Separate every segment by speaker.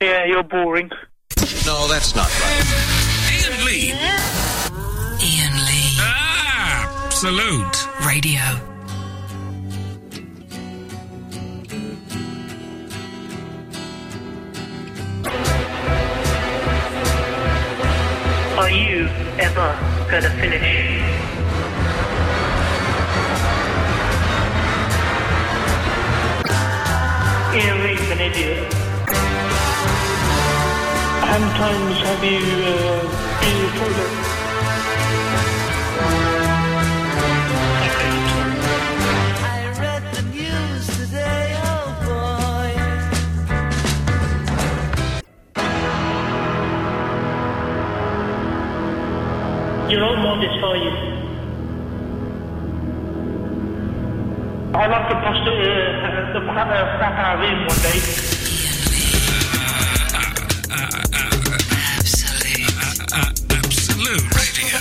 Speaker 1: Yeah, you're boring.
Speaker 2: No, that's not right.
Speaker 3: Ian Lee.
Speaker 4: Ian Lee.
Speaker 3: Ah, salute.
Speaker 4: Radio.
Speaker 1: Are you ever gonna finish? Ian Lee's an idiot. How many times have you uh, been to the toilet?
Speaker 5: I read the news today, oh boy.
Speaker 1: You don't want this, are you? I love to bust the, uh, the crap uh, crap out of him one day.
Speaker 4: Absolute.
Speaker 3: Ah, absolute radio.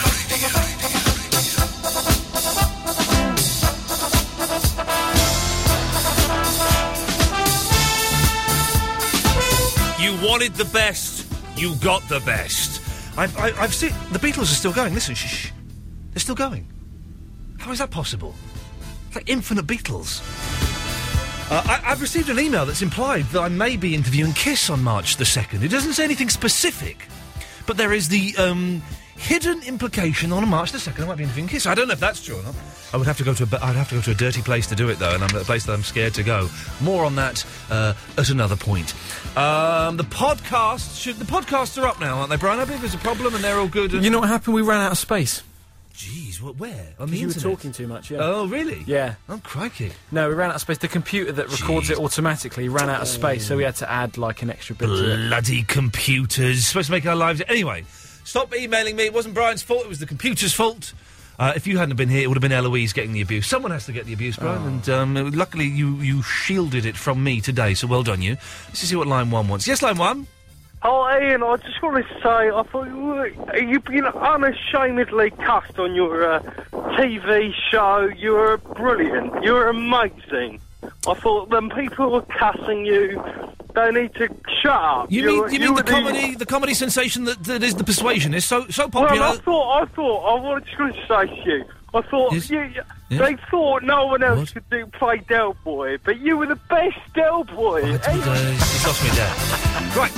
Speaker 6: You wanted the best. You got the best. I've, I, I've seen the Beatles are still going. Listen, shh, shh, they're still going. How is that possible? It's like infinite Beatles. Uh, I, I've received an email that's implied that I may be interviewing Kiss on March the second. It doesn't say anything specific, but there is the um, hidden implication on March the second I might be interviewing Kiss. I don't know if that's true or not. I would have to go to a, I'd have to go to a dirty place to do it though, and I'm at a place that I'm scared to go. More on that uh, at another point. Um, the podcasts should the podcasts are up now, aren't they, Brian? I believe there's a problem and they're all good. And
Speaker 7: You know what happened? We ran out of space.
Speaker 6: Jeez, what, where? On
Speaker 7: 'Cause
Speaker 6: the
Speaker 7: you
Speaker 6: internet?
Speaker 7: were talking too much, yeah.
Speaker 6: Oh, really?
Speaker 7: Yeah.
Speaker 6: Oh, crikey.
Speaker 7: No, we ran out of space. The computer that records it automatically ran out of space, so we had to add like an extra bit to it.
Speaker 6: Bloody computers. Supposed to make our lives. Anyway, stop emailing me. It wasn't Brian's fault, it was the computer's fault. Uh, if you hadn't been here, it would have been Eloise getting the abuse. Someone has to get the abuse, Brian, and um, luckily you, you shielded it from me today, so well done you. Let's just see what line one wants. Yes, line one?
Speaker 1: Oh, Ian, I just want to say, I thought you were- you've been unashamedly cussed on your uh, TV show. You were brilliant. You were amazing. I thought when people were cussing you, they need to shut up.
Speaker 6: You, mean,
Speaker 1: were-
Speaker 6: you mean
Speaker 1: were
Speaker 6: the comedy the comedy sensation that, that is The Persuasion is so, so popular?
Speaker 1: Well, I thought, I thought, I was just going to say to you, I thought,
Speaker 6: Yes?
Speaker 1: you, you-
Speaker 6: Yeah?
Speaker 1: they thought no one else
Speaker 6: What?
Speaker 1: could do play Del Boy, but you were the best Del Boy.
Speaker 6: He's lost me there. Right.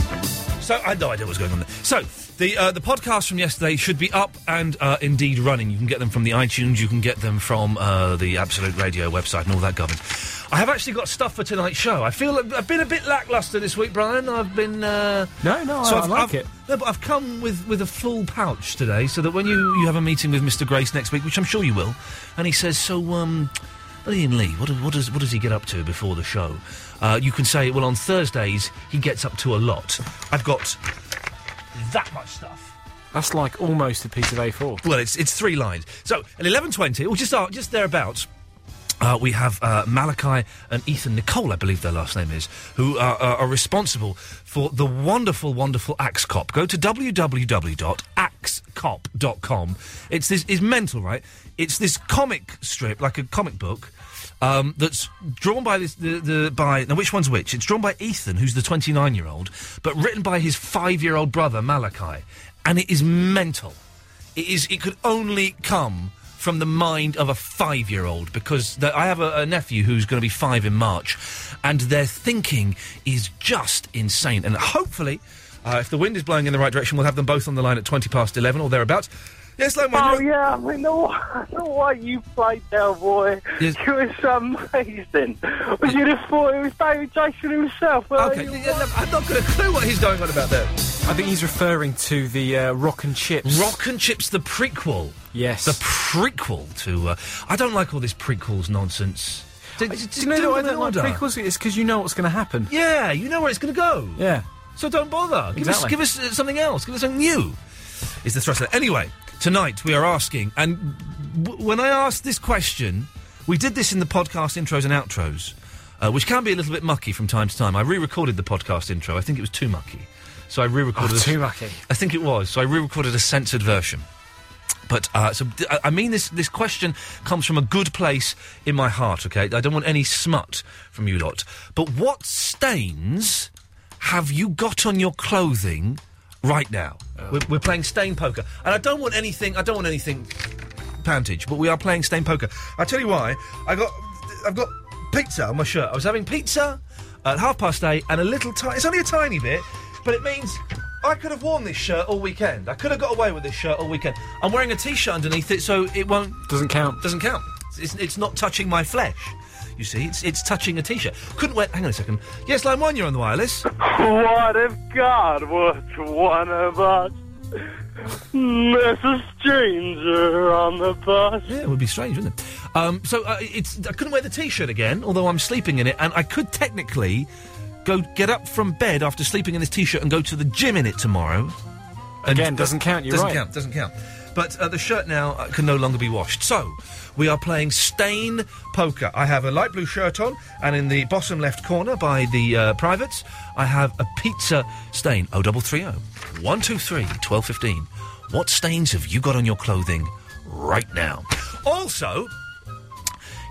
Speaker 6: So I had no idea what was going on there. So the uh, the podcast from yesterday should be up and uh, indeed running. You can get them from the iTunes. You can get them from uh, the Absolute Radio website and all that garbage. I have actually got stuff for tonight's show. I feel I've been a bit lackluster this week, Brian. I've been uh,
Speaker 7: No, no, I, I
Speaker 6: I've-
Speaker 7: like
Speaker 6: I've-
Speaker 7: it.
Speaker 6: No, but I've come with, with a full pouch today, so that when you, you have a meeting with Mr. Grace next week, which I'm sure you will, and he says, so, um, well, Ian Lee, what, do- what, does, what does he get up to before the show? Uh, you can say, well, on Thursdays, he gets up to a lot. I've got that much stuff.
Speaker 7: That's like almost a piece of A4.
Speaker 6: Well, it's, it's three lines. So, at 11.20, or just, uh, just thereabouts, uh, we have uh, Malachi and Ethan Nicole, I believe their last name is, who are, are, are responsible for the wonderful, wonderful Axe Cop. Go to www.axecop.com. It's this is mental, right? It's this comic strip, like a comic book, um, that's drawn by this the, the by now which one's which? It's drawn by Ethan, who's the twenty nine year old, but written by his five year old brother Malachi, and it is mental. It is. It could only come from the mind of a five-year-old because the, I have a, a nephew who's going to be five in March, and their thinking is just insane. And hopefully, uh, if the wind is blowing in the right direction, we'll have them both on the line at twenty past eleven or thereabouts. Yes, line one.
Speaker 1: Oh
Speaker 6: you're-
Speaker 1: yeah, I mean the, wa- the way you played Del Boy,
Speaker 6: Yes.
Speaker 1: you were so amazing. Was you have thought it was David Jason himself? Well,
Speaker 6: Okay,
Speaker 1: you
Speaker 6: yeah, no, I've not got a clue what he's going on about there.
Speaker 7: I think he's referring to the uh, rock and chips.
Speaker 6: Rock and Chips, the prequel.
Speaker 7: Yes.
Speaker 6: The prequel to. Uh, I don't like all this prequels nonsense. Do, do-
Speaker 7: Do
Speaker 6: do
Speaker 7: you know
Speaker 6: them
Speaker 7: what I
Speaker 6: in
Speaker 7: don't like
Speaker 6: order.
Speaker 7: prequels? It's because you know what's going to happen.
Speaker 6: Yeah, you know where it's going to go.
Speaker 7: Yeah.
Speaker 6: So don't bother. Give
Speaker 7: Exactly.
Speaker 6: us, give us uh, something else. Give us something new. Is the thrust of it. Anyway, tonight we are asking, and w- when I asked this question, we did this in the podcast intros and outros, uh, which can be a little bit mucky from time to time. I re-recorded the podcast intro. I think it was too mucky, so I re-recorded.
Speaker 7: Oh,
Speaker 6: a-
Speaker 7: too mucky.
Speaker 6: I think it was. So I re-recorded a censored version. But uh, so d- I- I mean this. This question comes from a good place in my heart. Okay, I don't want any smut from you lot. But what stains have you got on your clothing right now? We're, we're playing stain poker, and I don't want anything. I don't want anything pantage, but we are playing stain poker. I tell you why. I got, I've got pizza on my shirt. I was having pizza at half past eight, and a little tiny. It's only a tiny bit, but it means I could have worn this shirt all weekend. I could have got away with this shirt all weekend. I'm wearing a t-shirt underneath it, so it won't.
Speaker 7: Doesn't count.
Speaker 6: Doesn't count. It's, it's not touching my flesh. You see, it's it's touching a t-shirt. Couldn't wear. Hang on a second. Yes, line one. You're on the wireless.
Speaker 1: What if God was one of us? There's a stranger on the bus.
Speaker 6: Yeah, it would be strange, wouldn't it? Um, so uh, it's I couldn't wear the t-shirt again, although I'm sleeping in it, and I could technically go get up from bed after sleeping in this t-shirt and go to the gym in it tomorrow.
Speaker 7: Again, doesn't count, you're
Speaker 6: doesn't
Speaker 7: right.
Speaker 6: count. Doesn't count. But uh, the shirt now uh, can no longer be washed. So we are playing stain poker. I have a light blue shirt on, and in the bottom left corner by the uh, privates, I have a pizza stain. O double three O, one two three twelve fifteen. What stains have you got on your clothing right now? Also,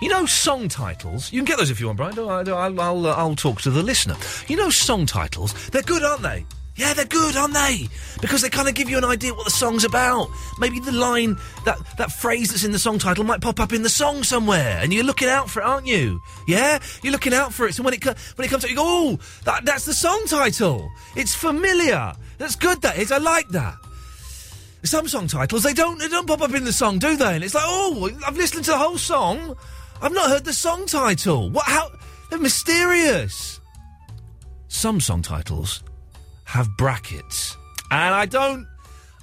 Speaker 6: you know song titles. You can get those if you want, Brian. No, I- I'll, I'll, uh, I'll talk to the listener. You know song titles. They're good, aren't they? Yeah, they're good, aren't they? Because they kind of give you an idea what the song's about. Maybe the line, that, that phrase that's in the song title might pop up in the song somewhere, and you're looking out for it, aren't you? Yeah, you're looking out for it. So when it co- when it comes up, you go, oh, that, that's the song title. It's familiar. That's good. That is. I like that some song titles they don't they don't pop up in the song, do they? And it's like, oh, I've listened to the whole song, I've not heard the song title. What? How? They're mysterious. Some song titles have brackets, and I don't,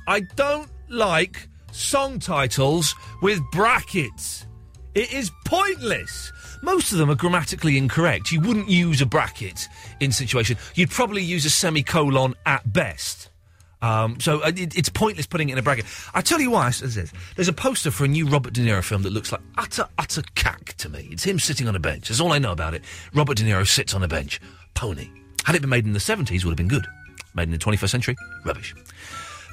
Speaker 6: I don't like song titles with brackets. It is pointless. Most of them are grammatically incorrect. You wouldn't use a bracket in situation. You'd probably use a semicolon at best. Um, so uh, it, it's pointless putting it in a bracket. I tell you why. I says this. There's a poster for a new Robert De Niro film that looks like utter, utter cack to me. It's him sitting on a bench. That's all I know about it. Robert De Niro sits on a bench. Pony. Had it been made in the 70s, would have been good. Made in the 21st century, rubbish.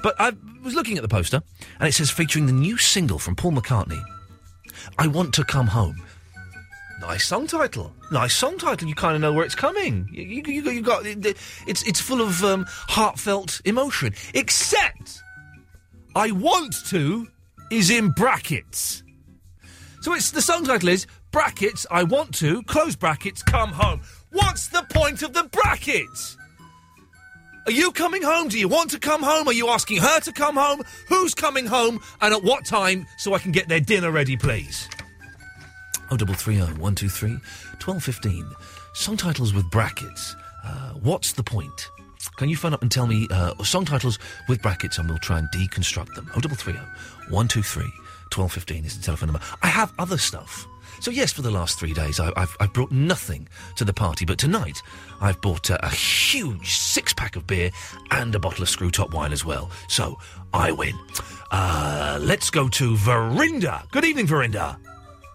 Speaker 6: But I was looking at the poster, and it says featuring the new single from Paul McCartney, "I Want to Come Home." Nice song title. Nice song title. You kind of know where it's coming. You, you, you, you got it- it's it's full of um, heartfelt emotion. Except, I want to is in brackets. So it's the song title is brackets. I want to close brackets. Come home. What's the point of the brackets? Are you coming home? Do you want to come home? Are you asking her to come home? Who's coming home and at what time so I can get their dinner ready, please? Oh, double three oh one two three twelve fifteen. Song titles with brackets. Uh, what's the point? Can you phone up and tell me uh, song titles with brackets, and we'll try and deconstruct them. Oh, double three oh one two three twelve fifteen is the telephone number. I have other stuff. So yes, for the last three days, I, I've, I've brought nothing to the party. But tonight, I've bought uh, a huge six-pack of beer and a bottle of Screw Top wine as well. So I win. Uh, let's go to Verinda. Good evening, Verinda.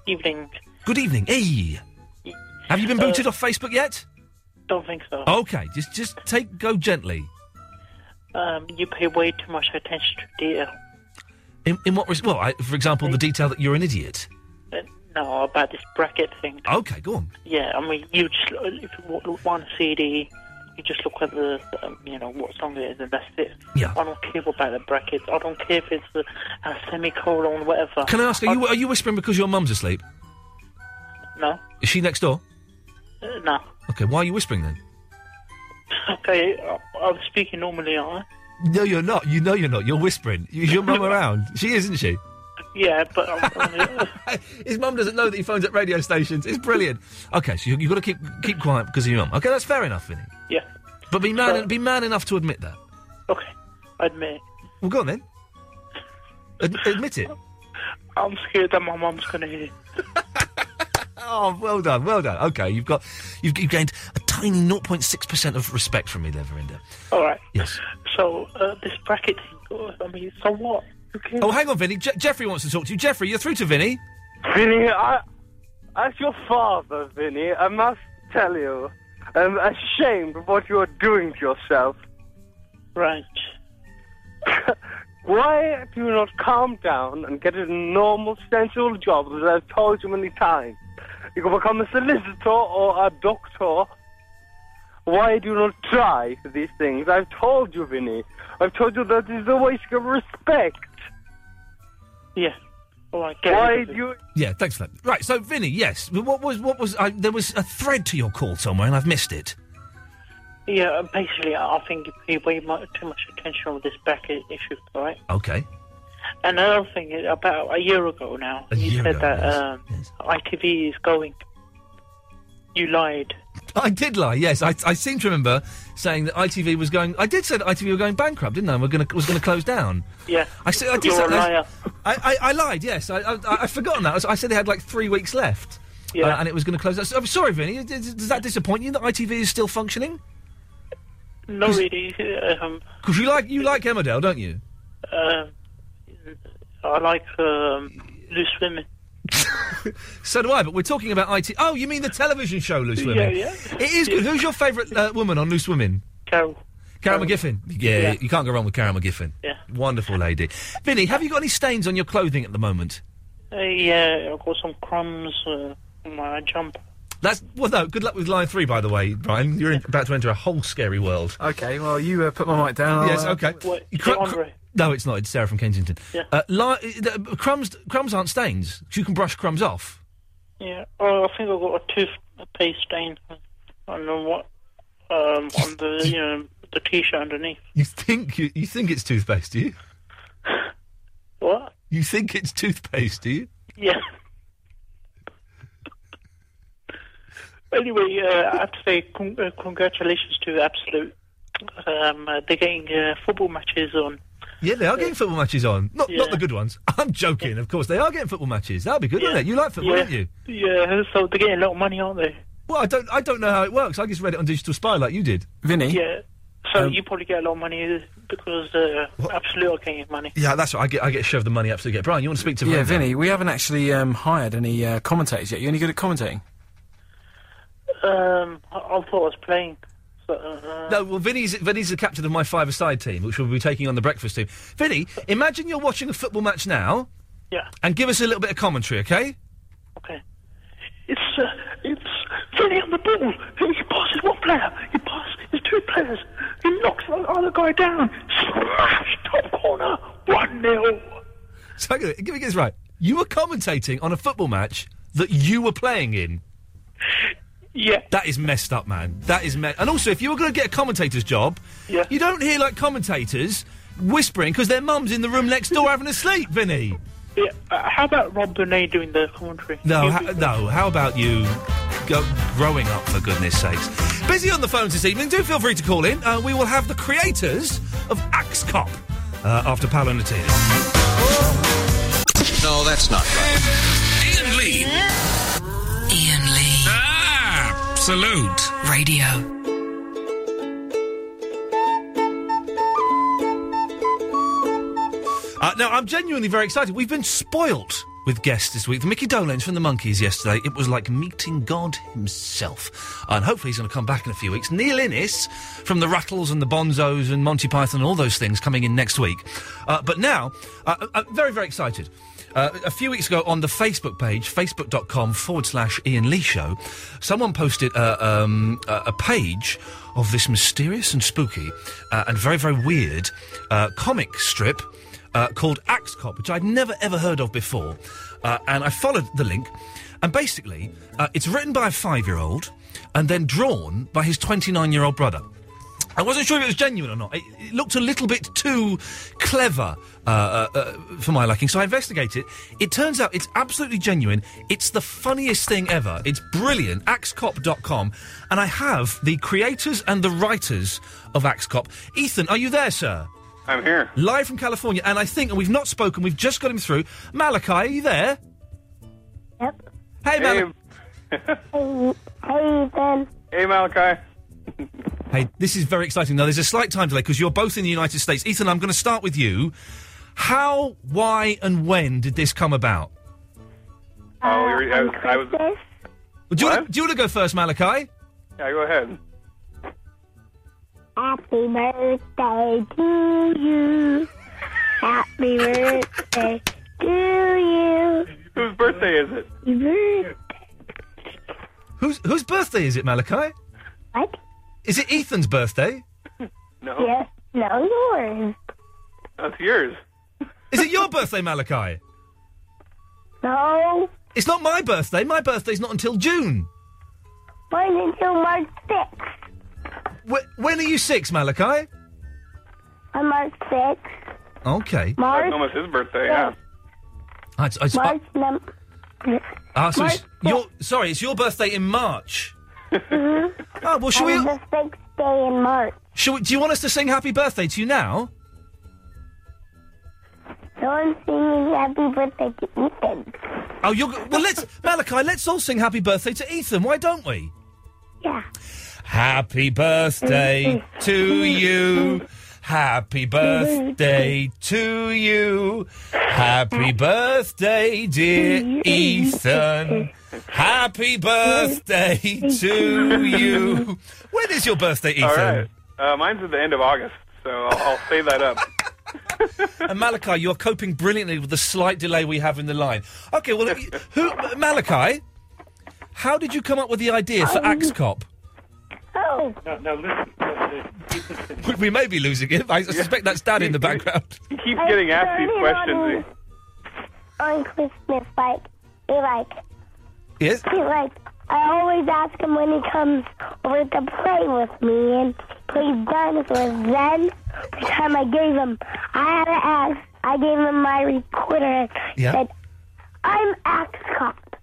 Speaker 8: Evening.
Speaker 6: Good evening. Hey. Have you been booted off Facebook yet?
Speaker 8: Don't think so.
Speaker 6: Okay, just just take go gently.
Speaker 8: Um, you pay way too much attention to detail.
Speaker 6: In, in what res- well, I, for example, the detail that you're an idiot.
Speaker 8: Uh, no, about this bracket thing.
Speaker 6: Okay, go on.
Speaker 8: Yeah, I mean, you just look- if you wa- look one CD, you just look at the um, you know what song it is, and that's it.
Speaker 6: Yeah.
Speaker 8: I don't care about the brackets. I don't care if it's a, a semicolon, whatever.
Speaker 6: Can I ask? Are you are you whispering because your mum's asleep?
Speaker 8: No,
Speaker 6: Is she next door?
Speaker 8: uh, no.
Speaker 6: Okay, why are you whispering then?
Speaker 8: Okay, I, I'm speaking normally, aren't I?
Speaker 6: No, you're not. You know you're not. You're whispering. Is your mum around? She is, isn't she?
Speaker 8: Yeah, but um, I'm,
Speaker 6: His mum doesn't know that he phones at radio stations. It's brilliant. Okay, so you, you've got to keep keep quiet because of your mum. Okay, that's fair enough, Vinny.
Speaker 8: yeah.
Speaker 6: But be man be man enough to admit that.
Speaker 8: Okay, I admit. it.
Speaker 6: Well, go on then. Ad- admit it.
Speaker 8: I'm scared that my mum's gonna hear. it.
Speaker 6: Oh, well done, well done. Okay, you've got you've, you've gained a tiny 0.6 percent of respect from me, there, Verinda.
Speaker 8: All right.
Speaker 6: Yes.
Speaker 8: So uh, this bracket thing. I mean, so what? Who cares?
Speaker 6: Oh, hang on, Vinny. Je- Jeffrey wants to talk to you. Jeffrey, you're through to Vinny.
Speaker 1: Vinny, I, as your father, Vinny, I must tell you, I'm ashamed of what you are doing to yourself.
Speaker 8: Right.
Speaker 1: Why do you not calm down and get a normal, sensible job, as I've told you many times? You can become a solicitor or a doctor Why do you not try these things? I've told you, Vinny. I've told you that is the way to respect.
Speaker 8: Yeah. All right, get
Speaker 1: Why
Speaker 8: rid
Speaker 1: do
Speaker 8: of it.
Speaker 1: you...
Speaker 6: Yeah, thanks for that. Right, so Vinny, yes, but what was what was I, there was a thread to your call somewhere, and I've missed it.
Speaker 8: Yeah, and basically, I I think you pay mu- too much attention with this back i- issue, all right?
Speaker 6: Okay,
Speaker 8: And another thing, is, about a year ago now,
Speaker 6: A
Speaker 8: you
Speaker 6: year
Speaker 8: said
Speaker 6: ago,
Speaker 8: that
Speaker 6: yes,
Speaker 8: um,
Speaker 6: yes.
Speaker 8: ITV is going. You lied.
Speaker 6: I did lie. Yes, I, I seem to remember saying that ITV was going. I did say that ITV were going bankrupt, didn't I? And we're going to was going to close down.
Speaker 8: Yeah.
Speaker 6: I said I did.
Speaker 8: You're
Speaker 6: say-
Speaker 8: a liar.
Speaker 6: I, I, I lied. Yes, I, I, I- I'd forgotten that. I s- I said they had like three weeks left.
Speaker 8: Yeah.
Speaker 6: uh, and it was going to close. down. So- I'm sorry, Vinny. d- d- Does that disappoint you that ITV is still functioning?
Speaker 8: Not really. Um,
Speaker 6: Because you like you like Emmerdale, don't you?
Speaker 8: um, I like um, loose women.
Speaker 6: So do I. But we're talking about IT. Oh, you mean the television show Loose Women?
Speaker 8: yeah.
Speaker 6: It is good. Who's your favourite uh, woman on Loose Women?
Speaker 8: Carol. Um,
Speaker 6: Karen McGiffin. Yeah,
Speaker 8: yeah.
Speaker 6: you can't go wrong with Karen McGiffin.
Speaker 8: Yeah.
Speaker 6: Wonderful lady. Vinny, have you got any stains on your clothing at the moment?
Speaker 8: Uh, yeah, I've got some crumbs uh, on my jumper.
Speaker 6: That's well, no. Good luck with line three, by the way, Brian. You're in, about to enter a whole scary world.
Speaker 7: Okay, well, you uh, put my mic down. I'll,
Speaker 6: yes.
Speaker 7: uh,
Speaker 6: Okay.
Speaker 8: What, is
Speaker 6: Cru-
Speaker 8: it Andre?
Speaker 6: cru- no, it's not. It's Sarah from Kensington.
Speaker 8: Yeah.
Speaker 6: Uh, li- the, crumbs. Crumbs aren't stains. 'cause You can brush crumbs off.
Speaker 8: Yeah. Oh, I think I've got a toothpaste stain. I don't know what. Um, on the you know the t-shirt underneath.
Speaker 6: You think you, you think it's toothpaste, do you?
Speaker 8: What?
Speaker 6: You think it's toothpaste, do you?
Speaker 8: Yeah. anyway, uh, I have to say con- uh, congratulations to Absolute. Um, uh, they're getting uh, football matches on.
Speaker 6: Yeah, they are getting football matches on. Not
Speaker 8: Yeah.
Speaker 6: not the good ones. I'm joking, of course. They are getting football matches. That'll be good, wouldn't it? You like football,
Speaker 8: yeah.
Speaker 6: don't you?
Speaker 8: Yeah, so they're getting a lot of money, aren't they?
Speaker 6: Well, I don't I don't know how it works. I just read it on Digital Spy like you did.
Speaker 7: Vinny?
Speaker 8: Yeah. So
Speaker 6: Um,
Speaker 8: you probably get a lot of money because uh, Absolute are getting money.
Speaker 6: Yeah, that's right. I get I get shoved the money up to get Brian. You want to speak to
Speaker 7: Yeah,
Speaker 6: Brenda?
Speaker 7: Vinny, we haven't actually um, hired any uh, commentators yet. You any good at commentating?
Speaker 8: Um, I, I thought I was playing. So, uh,
Speaker 6: No, well, Vinny's Vinny's the captain of my five-a-side team, which will be taking on the breakfast team. Vinny, imagine you're watching a football match now,
Speaker 8: Yeah.
Speaker 6: and give us a little bit of commentary, okay?
Speaker 8: Okay. It's uh, it's Vinny on the ball. He passes one player. He passes. It's two players. He knocks the other guy down. Smash! Top corner. One nil.
Speaker 6: So, give me- give me this right. You were commentating on a football match that you were playing in.
Speaker 8: Yeah.
Speaker 6: That is messed up, man. That is messed. And also, if you were going to get a commentator's job,
Speaker 8: Yeah.
Speaker 6: you don't hear like commentators whispering because their mum's in the room next door having a sleep, Vinny.
Speaker 8: yeah. Uh, how about Rob Donay doing the commentary?
Speaker 6: No,
Speaker 8: He'll
Speaker 6: ha-
Speaker 8: do-
Speaker 6: no. How about you go growing up for goodness sakes? Busy on the phones this evening. Do feel free to call in. Uh, we will have the creators of Axe Cop uh, after Paolo Natia.
Speaker 2: No, that's not right.
Speaker 3: Ian Lee.
Speaker 4: Ian Lee.
Speaker 3: Absolute.
Speaker 4: Radio.
Speaker 6: Uh, now, I'm genuinely very excited. We've been spoilt with guests this week. The Mickey Dolenz from the Monkeys yesterday. It was like meeting God himself. And hopefully he's going to come back in a few weeks. Neil Innes from the Rattles and the Bonzos and Monty Python and all those things coming in next week. Uh, but now, uh, I'm very, very excited. Uh, a few weeks ago on the Facebook page, facebook.com forward slash Ian Lee Show, someone posted a, um, a a page of this mysterious and spooky uh, and very, very weird uh, comic strip uh, called Axe Cop, which I'd never ever heard of before. Uh, and I followed the link, and basically, uh, it's written by a five year old and then drawn by his 29 year old brother. I wasn't sure if it was genuine or not. It, it looked a little bit too clever uh, uh, uh, for my liking, so I investigated. It turns out it's absolutely genuine. It's the funniest thing ever. It's brilliant. AxeCop.com. And I have the creators and the writers of Axe Cop. Ethan, are you there, sir?
Speaker 9: I'm here.
Speaker 6: live from California, and I think, and we've not spoken, we've just got him through. Malachi, are you there?
Speaker 10: Yep.
Speaker 6: Hey,
Speaker 9: Hey,
Speaker 6: Malachi.
Speaker 10: Hey, hey, Ben.
Speaker 9: hey Malachi.
Speaker 6: Hey. this is very exciting. Now, there's a slight time delay because you're both in the United States. Ethan, I'm going to start with you. How, why, and when did this come about?
Speaker 10: Uh,
Speaker 9: Oh, you're, I, was- I was.
Speaker 10: Chris,
Speaker 6: Do you,
Speaker 9: What?
Speaker 6: want to, do you want to go first, Malachi?
Speaker 9: Yeah, go ahead.
Speaker 10: happy birthday to you. Happy birthday to
Speaker 9: Whose birthday is it?
Speaker 10: you. Happy birthday.
Speaker 6: Whose whose birthday is it, Malachi?
Speaker 10: What?
Speaker 6: I- Is it Ethan's birthday?
Speaker 9: No.
Speaker 10: Yes. No, yours.
Speaker 9: That's yours.
Speaker 6: Is it your birthday, Malachi?
Speaker 10: No.
Speaker 6: It's not my birthday. My birthday's not until June.
Speaker 10: Mine until March 6th.
Speaker 6: Wh- when are you six, Malachi?
Speaker 10: On March 6th.
Speaker 6: Okay.
Speaker 10: March.
Speaker 9: That's almost his birthday, yeah.
Speaker 6: I, I, sp-
Speaker 10: March num-
Speaker 6: ah, so it's your, sorry, it's your birthday in March. Oh, well, shall we-
Speaker 10: Mm-hmm. The sixth day in March.
Speaker 6: Shall we, do you want us to sing happy birthday to you now?
Speaker 10: So I'm singing happy birthday to Ethan.
Speaker 6: Oh, you're. g- Well, let's. Malachi, let's all sing happy birthday to Ethan. Why don't we?
Speaker 10: Yeah.
Speaker 6: Happy birthday to
Speaker 10: Mm-hmm.
Speaker 6: you. Happy birthday to you. Happy birthday, dear Ethan. Happy birthday to you. When is your birthday, Ethan?
Speaker 9: All right. Uh, mine's at the end of August, so I'll, I'll save that up.
Speaker 6: And Malachi, you're coping brilliantly with the slight delay we have in the line. Okay, well, who, Malachi? How did you come up with the idea
Speaker 10: Um,
Speaker 6: for Axe Cop?
Speaker 10: Oh.
Speaker 8: No, no, listen.
Speaker 6: We- We may be losing him. I suspect that's Dad in the background.
Speaker 9: He
Speaker 10: keeps getting asked these questions. On Christmas, like, he like,
Speaker 6: Yes.
Speaker 10: he like, I always ask him when he comes over to play with me and play dinosaurs. Then, the time I gave him, I had to ask, I gave him my recorder and
Speaker 6: Yeah.
Speaker 10: said, I'm Axe Cop.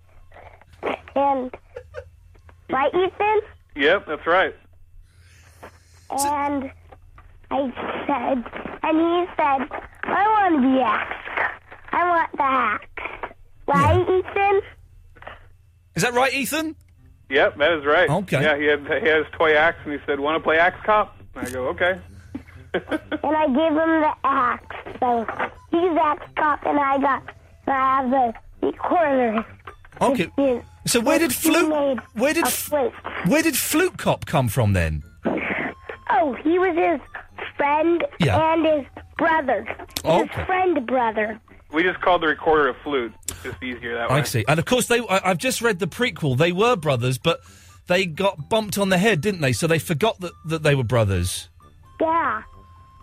Speaker 10: And, right, Ethan?
Speaker 9: Yep, that's right.
Speaker 10: And I said, and he said, I want to be axe. I want the axe. Right, Ethan?
Speaker 6: Is that right, Ethan?
Speaker 9: Yep, that is right.
Speaker 6: Okay.
Speaker 9: Yeah, he had he had his toy axe, and he said, "Want to play axe cop?" And I go, "Okay."
Speaker 10: And I gave him the axe. So he's axe cop, and I got, and I have the recorder.
Speaker 6: Okay. So where did flute? Where did
Speaker 10: a
Speaker 6: f- where did flute cop come from then?
Speaker 10: Oh, he was his friend
Speaker 6: Yeah.
Speaker 10: and his brother.
Speaker 6: Okay.
Speaker 10: His friend brother.
Speaker 9: We just called the recorder a flute. It's just easier that way.
Speaker 6: I see. And of course, they. I, I've just read the prequel. They were brothers, but they got bumped on the head, didn't they? So they forgot that, that they were brothers.
Speaker 10: Yeah.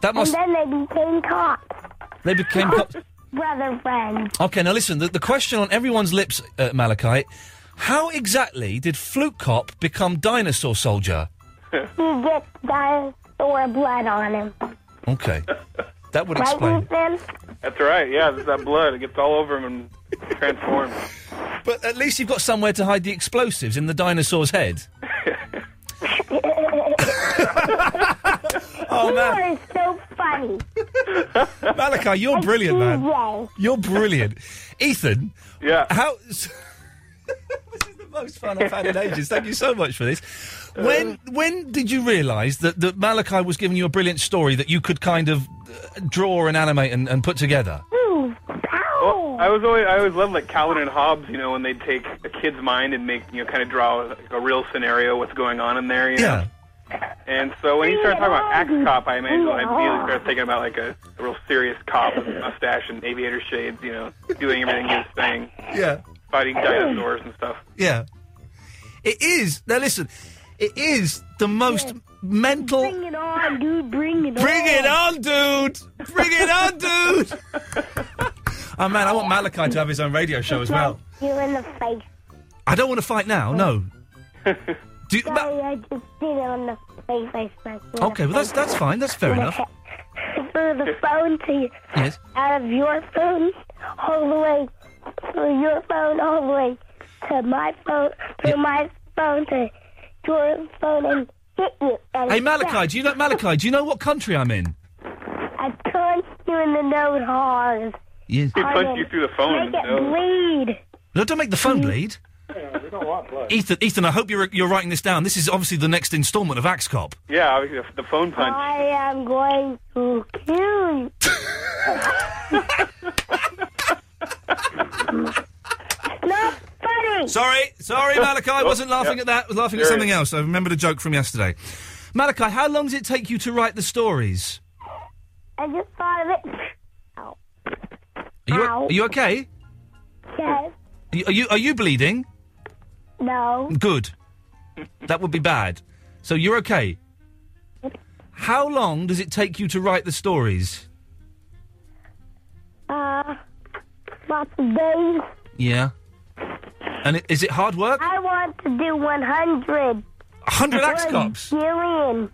Speaker 6: That must.
Speaker 10: And then they became cops.
Speaker 6: They became. cops.
Speaker 10: Brother friend.
Speaker 6: Okay, now listen. The, the question on everyone's lips, uh, Malachi. How exactly did flute cop become dinosaur soldier?
Speaker 10: He gets dinosaur blood on him.
Speaker 6: Okay, that would
Speaker 10: Right,
Speaker 6: explain.
Speaker 10: Ethan?
Speaker 9: That's right. Yeah, there's that blood. It gets all over him and transforms.
Speaker 6: But at least you've got somewhere to hide the explosives in the dinosaur's head. Oh
Speaker 10: you
Speaker 6: man,
Speaker 10: are so funny.
Speaker 6: Malachi, you're brilliant, man.
Speaker 10: Yay.
Speaker 6: You're brilliant, Ethan.
Speaker 9: Yeah.
Speaker 6: How? this is the most fun I've had in ages. Thank you so much for this. When when did you realise that, that Malachi was giving you a brilliant story that you could kind of uh, draw and animate and, and put together?
Speaker 9: Well, I was always I always loved like Calvin and Hobbes. You know, when they'd take a kid's mind and make you know kind of draw like, a real scenario what's going on in there. You know? And so when he started talking about axe cop, I imagine I immediately started thinking about like a, a real serious cop with a mustache and aviator shades. You know, doing everything he was saying,
Speaker 6: Yeah.
Speaker 9: fighting dinosaurs and stuff.
Speaker 6: Yeah. It is. Now listen, it is the most mental. Bring
Speaker 10: it on, dude. Bring it
Speaker 6: Bring it on, dude. Bring it on, dude. oh man, I want Malachi to have his own radio show as well.
Speaker 10: You in the face.
Speaker 6: I don't want to fight now. No. Do you, Ma-
Speaker 10: Sorry, I just did it on the face. I smacked you in
Speaker 6: okay, well
Speaker 10: the
Speaker 6: that's
Speaker 10: face.
Speaker 6: that's fine. That's fair enough.
Speaker 10: Through the phone to you,
Speaker 6: Yes.
Speaker 10: out of your phone, all the way through your phone, all the way to my phone, through my phone to your phone, and hit you. And
Speaker 6: Hey Malachi, do you know Malachi? Do you know what country I'm in?
Speaker 10: I punched you in the nose hard.
Speaker 6: Yes.
Speaker 9: He punched you through the phone.
Speaker 10: Make it bleed.
Speaker 6: No, don't make the phone bleed.
Speaker 8: We don't want blood.
Speaker 6: Ethan, Ethan, I hope you're you're writing this down. This is obviously the next instalment of Axe Cop.
Speaker 9: Yeah, obviously the, the phone punch.
Speaker 10: I am going to kill you. Not funny.
Speaker 6: Sorry, sorry, Malachi. I wasn't
Speaker 9: Oh,
Speaker 6: laughing
Speaker 9: yeah.
Speaker 6: at that. I was laughing at
Speaker 9: There
Speaker 6: something
Speaker 9: it is.
Speaker 6: else. I remembered a joke from yesterday. Malachi, how long does it take you to write the stories?
Speaker 10: I just thought of it. Ow.
Speaker 6: Are you,
Speaker 10: Ow.
Speaker 6: are you okay?
Speaker 10: Yes.
Speaker 6: Are you, are you are you bleeding?
Speaker 10: No.
Speaker 6: Good. That would be bad. So you're okay. How long does it take you to write the stories?
Speaker 10: Uh, lots of days.
Speaker 6: Yeah. And i- is it hard work?
Speaker 10: I want to do 100.
Speaker 6: 100 axe cops?
Speaker 10: Billion.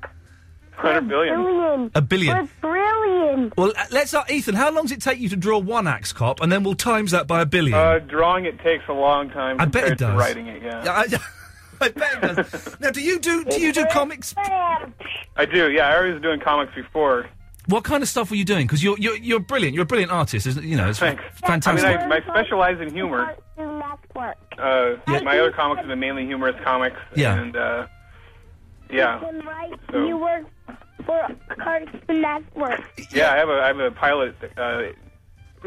Speaker 6: 100
Speaker 10: Billion.
Speaker 6: A billion.
Speaker 10: We're brilliant.
Speaker 6: Well, uh, let's. Uh, Ethan, how long does it take you to draw one axe cop, and then we'll times that by a billion?
Speaker 9: Uh, drawing it takes a long time
Speaker 6: I bet
Speaker 9: compared
Speaker 6: it does.
Speaker 9: to writing it. Yeah.
Speaker 6: I, I bet it does. now, do you do do you do comics?
Speaker 9: I do. Yeah, I was doing comics before.
Speaker 6: What kind of stuff were you doing? Because you're, you're you're brilliant. You're a brilliant artist. Isn't, you know, it's
Speaker 9: Thanks.
Speaker 6: fantastic.
Speaker 9: I mean, I, I specialize in humor. Uh, My other comics have been mainly humorous comics.
Speaker 6: Yeah.
Speaker 9: And uh, yeah,
Speaker 10: And right,
Speaker 9: So-
Speaker 10: you work for Cartoon Network.
Speaker 9: yeah. I have a I have a pilot uh,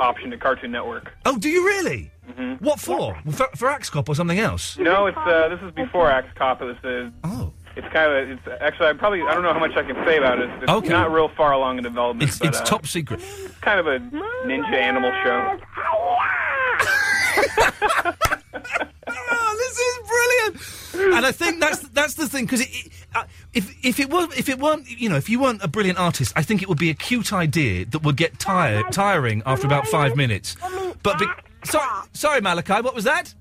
Speaker 9: option to Cartoon Network.
Speaker 6: oh, do you really? Mm-hmm. What for? for? For Axe Cop or something else?
Speaker 9: No, it's uh, this is before Axe Cop. It was the oh. It's kind of it's actually I probably I don't know how much I can say about it. It's, it's
Speaker 6: Okay.
Speaker 9: not real far along in development.
Speaker 6: It's
Speaker 9: but,
Speaker 6: it's
Speaker 9: uh,
Speaker 6: top secret.
Speaker 9: it's kind of a ninja animal show.
Speaker 6: Oh, this is brilliant. And I think that's that's the thing because uh, if if it were if it weren't you know if you weren't a brilliant artist, I think it would be a cute idea that would get tired tiring after about five minutes. But be, sorry, sorry, Malachi, what was that?